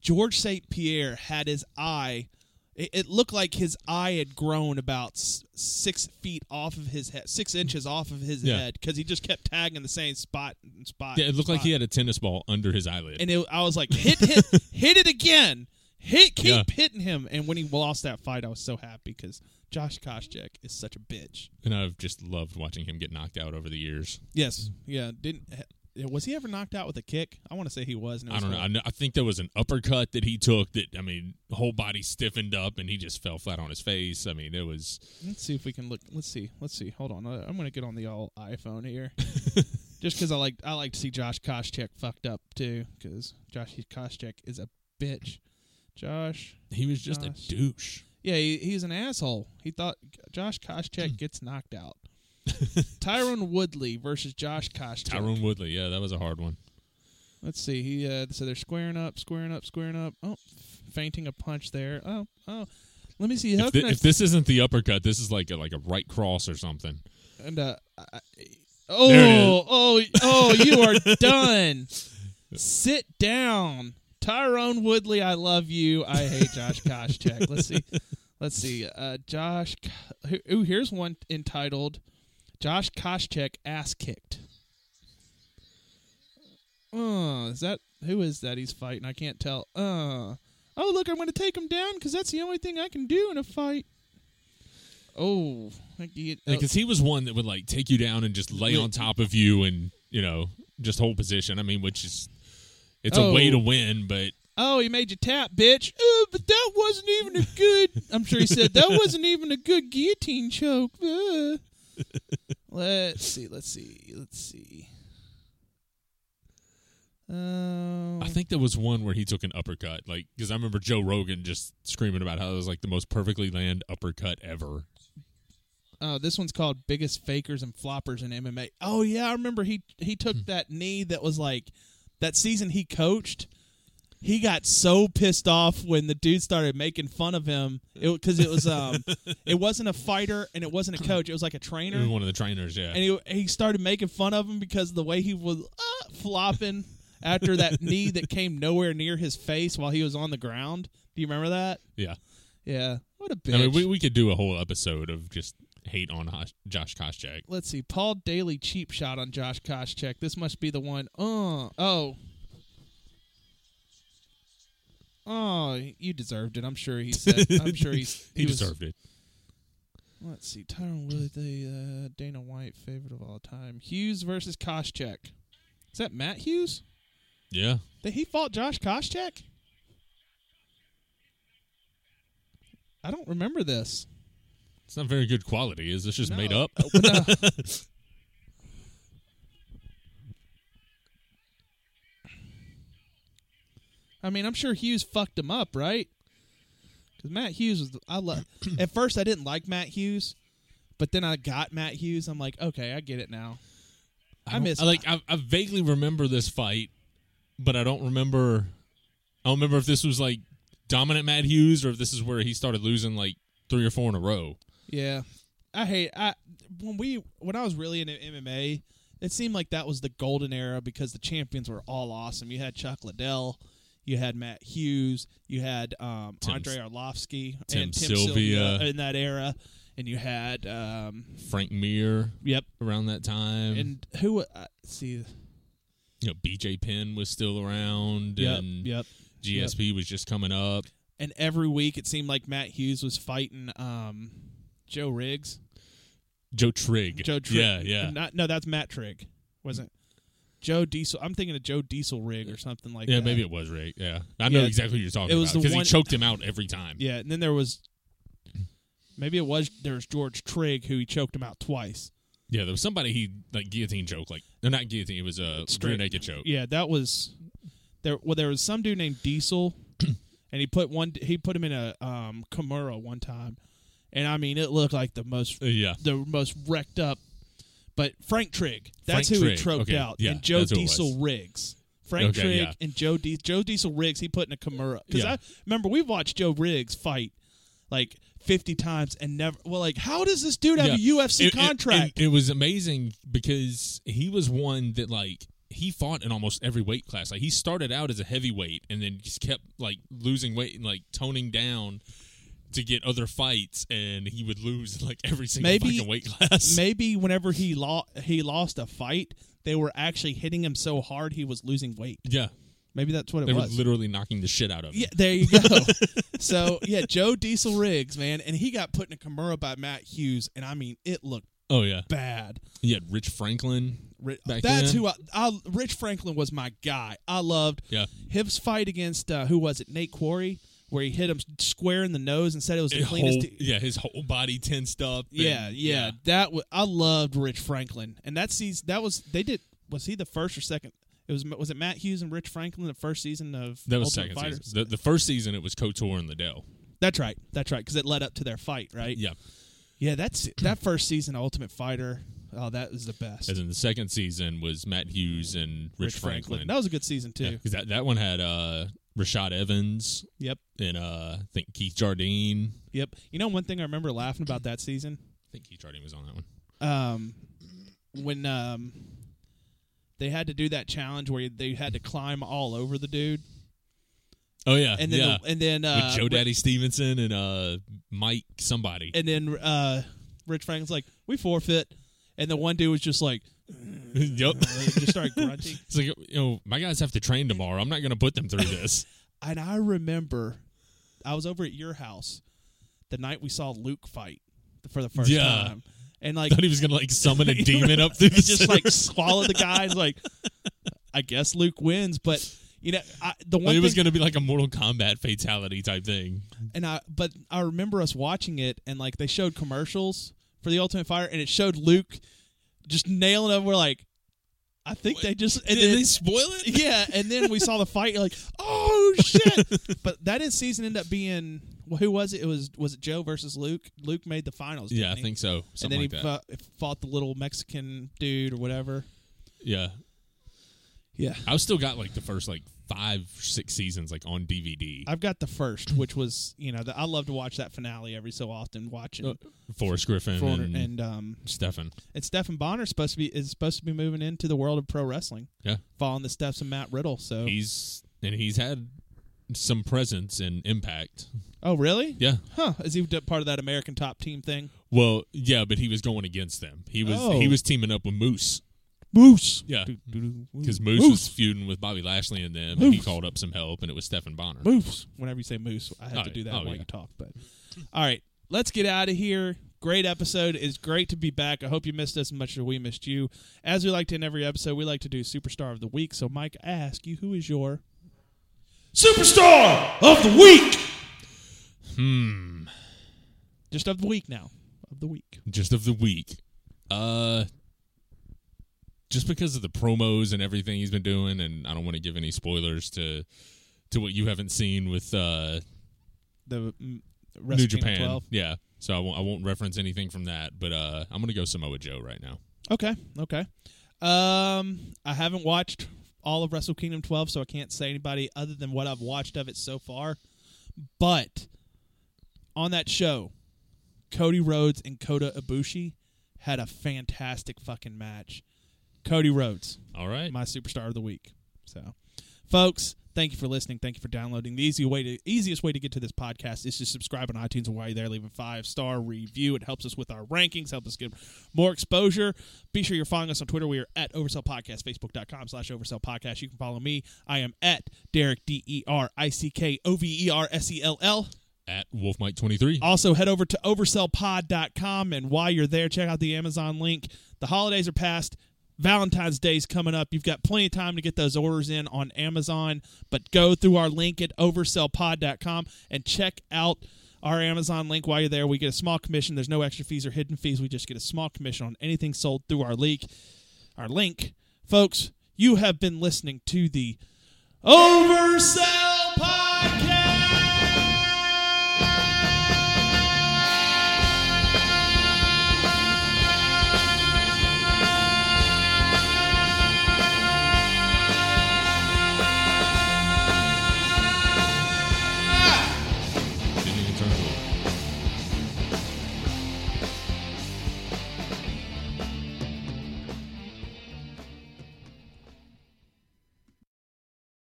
George St. Pierre had his eye. It, it looked like his eye had grown about s- six feet off of his head, six inches off of his head 'cause
Yeah.
head, because he just kept tagging the same spot and spot.
Yeah, it looked
and
like he
spot.
had a tennis ball under his eyelid.
And it, I was like, hit,
(laughs)
hit, hit it again. Hit, keep
Yeah.
hitting him. And when he lost that fight, I was so happy because Josh Koscheck is such a bitch.
And I've just loved watching him get knocked out over the years.
Yes, yeah. Didn't eh, was he ever knocked out with a kick? I want to say he was. and it
I
was
don't know.
hard.
I, know. I think there was an uppercut that he took that I mean, the whole body stiffened up and he just fell flat on his face. I mean, it was
Let's see if we can look. Let's see. Let's see. Hold on. I- I'm gonna get on the all iPhone
(laughs)
here, just because I like I like to see Josh Koscheck fucked up too, because Josh Koscheck is a bitch. Josh,
he was just
Gosh.
a douche.
yeah, he, he's an asshole. He thought Josh
(clears throat)
Koscheck gets knocked out. Tyrone Woodley versus Josh Koscheck.
Tyrone Woodley, yeah, that was a hard one.
Let's see. He uh, so they're squaring up, squaring up, squaring up. Oh, fainting a punch there. Oh, oh. Let me see. How
If,
can
thi-
I
if this isn't the uppercut, this is like a, like a right cross or something.
And uh, I,
There it
oh,
is.
oh, oh, you are done. Sit down, Tyrone Woodley. I love you. I hate Josh Koscheck. Let's see, let's see. Uh, Josh, Ko- ooh, here's one entitled "Josh Koscheck Ass Kicked." Uh, is that who is that he's fighting? I can't tell. Uh, oh look, I'm going to take him down because that's the only thing I can do in a fight. Oh, I get-
because he was one that would like take you down and just lay
Yeah.
on top of you and you know just hold position. I mean, which is it's a way
Oh.
to win, but
Oh, he made you tap, bitch. Oh, but that wasn't even a good. I'm sure he said that wasn't even a good guillotine choke. Uh. Let's see. Let's see. Let's see. Um,
I think there was one where he took an uppercut, like because I remember Joe Rogan just screaming about how it was like the most perfectly land uppercut ever.
Oh, this one's called "Biggest Fakers and Floppers in MMA." Oh yeah, I remember he he
Hmm.
took that knee that was like that season he coached. He got so pissed off when the dude started making fun of him because it, was
(laughs)
um it wasn't a fighter and it wasn't a coach. It was like a
He was
trainer,
one of the trainers, yeah.
and he he started making fun of him because of the way he was uh, flopping after
(laughs)
that knee that came nowhere near his face while he was on the ground. Do you remember that?
yeah,
Yeah, what a bitch.
I mean, we we could do a whole episode of just hate on Hosh- Josh Koscheck.
let's see. Paul Daly cheap shot on Josh Koscheck. This must be the one. Uh, oh. Oh, you deserved it. I'm sure he
(laughs)
said. I'm sure he's,
He,
was-
deserved it.
Let's see. Tyron Woodley, the uh, Dana White favorite of all time. Hughes versus Koscheck. Is that Matt Hughes?
Yeah,
Did he fought Josh Koscheck? I don't remember this.
it's not very good quality. Is this just
No.
made up?
Oh, no.
(laughs)
I mean, I'm sure Hughes fucked him up, right? Because Matt Hughes was. The, I
(clears throat)
love. at first, I didn't like Matt Hughes, but then I got Matt Hughes. I'm like, okay, I get it now. I
don't-
miss-
like I, I vaguely remember this fight, but I don't remember. I don't remember if this was like dominant Matt Hughes or if this is where he started losing like three or four in a row.
Yeah, I hate. I when we when I was really into MMA it seemed like that was the golden era because the champions were all awesome. You had Chuck Liddell, you had Matt Hughes, you had um,
Tim-
Andre Arlovsky,
Tim
and
Sylvia.
in that era, and you had um,
Frank Mir
yep,
around that time.
and who uh, see
you know, BJ Penn was still around
yep
and
yep,
GSP was just coming up.
and every week it seemed like Matt Hughes was fighting um, Joe Riggs,
Joe Trigg.
Joe Trigg,
Yeah, yeah.
not no, that's Matt Trigg, wasn't. it? Joe Diesel. I'm thinking of Joe Diesel Rig or something like
yeah,
that.
maybe it was Rick. Yeah. I know
Yeah.
exactly what you're talking
It was
about
the
because he
one-
choked him out every time.
Yeah, and then there was maybe it was there was George Trigg who he choked him out twice.
Yeah, there was somebody he like guillotine choke like no, not guillotine, it was a rear
Straight-
naked choke.
Yeah, that was there. Well, there was some dude named Diesel, and he put one he put him in a um Kimura one time, and I mean it looked like the most
Uh, yeah.
the most wrecked up. But Frank Trigg, that's
Frank
who
Trigg,
he troped
okay,
out,
yeah,
and Joe
that's who it was.
Diesel Riggs. Frank
Okay,
Trigg
yeah.
and Joe Di- Joe Diesel Riggs, he put in a Kimura because
Yeah.
I remember we watched Joe Riggs fight like fifty times and never. Well, like how does this dude have
Yeah.
a UFC
It- it-
contract?
It, it was amazing because he was one that like he fought in almost every weight class. Like he started out as a heavyweight and then just kept like losing weight and like toning down to get other fights, and he would lose (laughs) like every single
Maybe-
fucking weight class.
Maybe whenever he lost he lost a fight, they were actually hitting him so hard he was losing weight.
(laughs) yeah,
Maybe that's what it
they were
was.
literally knocking the shit out of him.
Yeah, there you go.
(laughs)
so yeah, Joe Diesel Riggs, man, and he got put in a Kimura by Matt Hughes, and I mean it looked
Oh yeah,
bad.
you had Rich Franklin.
Ri-
Back
That's
then.
who I, I. Rich Franklin was my guy. I loved
Yeah.
his fight against uh, who was it? Nate Quarry, where he hit him square in the nose and said it was the
His
cleanest. d-
whole- yeah, his whole body tensed up. and-
yeah, yeah, That was, I loved Rich Franklin, and that season that was they did. Was he the first or second? It was was it Matt Hughes and Rich Franklin the first season of
That was
Ultimate
second
Fighter?
season. The, the first season it was Kotor and Liddell.
That's right. That's right. Because it led up to their fight, right?
Yeah.
Yeah, that's that first season of Ultimate Fighter. Oh, that was the best.
And then the second season was Matt Hughes and Rich, Franklin.
That was a good season too.
Yeah, 'cause that, that one had uh, Rashad Evans
Yep.
and uh, I think Keith Jardine.
Yep. You know one thing I remember laughing about that season?
I think Keith Jardine was on that one.
Um when um they had to do that challenge where they had to climb all over the dude.
Oh yeah,
And then
yeah.
the, and then uh
with Joe
Ri-
Daddy Stevenson and uh, Mike somebody. (laughs)
and then uh Rich Franklin's like, "We forfeit." And the one dude was just like uh,
yep.
just
(laughs)
started grunting.
It's like you know, my guys have to train tomorrow. I'm not going to put them through this. (laughs)
And I remember I was over at your house the night we saw Luke fight for the first
Yeah.
time. And like
Thought he was going to
(laughs)
like summon a demon up through the
and just like
(laughs) sewer.
swallow the guy and like I guess Luke wins, but you know, I, the one
Like, it was
thing,
going to be like a Mortal Kombat fatality type thing.
and I but I remember us watching it and like they showed commercials for the Ultimate Fighter and it showed Luke just nailing him. We're like, I think they just and
Did
then,
they spoil it?
yeah, and then we saw the fight. You're like, oh shit!
(laughs)
but that in season ended up being well, who was it? It was was it Joe versus Luke? Luke made the finals.
Yeah, I
didn't he?
think so.
And
Something
then
like
he
that.
fought, fought the little Mexican dude or whatever.
yeah,
Yeah,
I've still got like the first like five, six seasons like on DVD.
I've got the first, which was you know the, I love to watch that finale every so often. Watching
Uh, Forrest Griffin
for,
and,
and, um
Stefan.
and Stephen Bonner's supposed to be is supposed to be moving into the world of pro wrestling,
Yeah,
following the steps of Matt Riddle. So
he's and he's had some presence and impact.
oh really?
Yeah.
Huh? Is he d- part of that American Top Team thing?
Well, yeah, but he was going against them. He was
Oh.
he was teaming up with Moose.
Moose.
Yeah, because
Because
Moose, was feuding with Bobby Lashley and them, and he
Moose.
called up some help, and it was Stefan Bonner.
moose. Whenever you say moose, I have
Oh,
to do that
oh,
while
yeah.
you talk. But all right, let's get out of here. Great episode. It's great to be back. I hope you missed us as much as we missed you. As we like to in every episode, we like to do superstar of the week. So Mike, I ask you, who is your superstar of the week?
Hmm.
Just of the week now, of the week.
Just of the week. Uh. Just because of the promos and everything he's been doing, and I don't want to give any spoilers to to what you haven't seen with uh,
The mm,
New
Wrestle Kingdom
Japan.
12.
Yeah. So I won't, I won't reference anything from that, but uh, I'm going to go Samoa Joe right now.
Okay, okay. Um, I haven't watched all of Wrestle Kingdom 12, so I can't say anybody other than what I've watched of it so far. But on that show, Cody Rhodes and Kota Ibushi had a fantastic fucking match. Cody Rhodes,
All right.
my superstar of the week. So, folks, thank you for listening. Thank you for downloading. The easy way to, easiest way to get to this podcast is to subscribe on iTunes. And while you're there, leave a five star review. It helps us with our rankings, helps us get more exposure. Be sure you're following us on Twitter. We are at Oversell Podcast, Facebook.com slash Oversell Podcast. You can follow me. I am at Derek, D E R I C K O V E R S E L L.
At Wolf Mike 23.
Also, head over to oversellpod.com. And while you're there, check out the Amazon link. The holidays are past. Valentine's Day's coming up. You've got plenty of time to get those orders in on Amazon, but go through our link at oversellpod.com and check out our Amazon link while you're there. We get a small commission. There's no extra fees or hidden fees. We just get a small commission on anything sold through our link. Our link, folks, you have been listening to the Oversell Pod.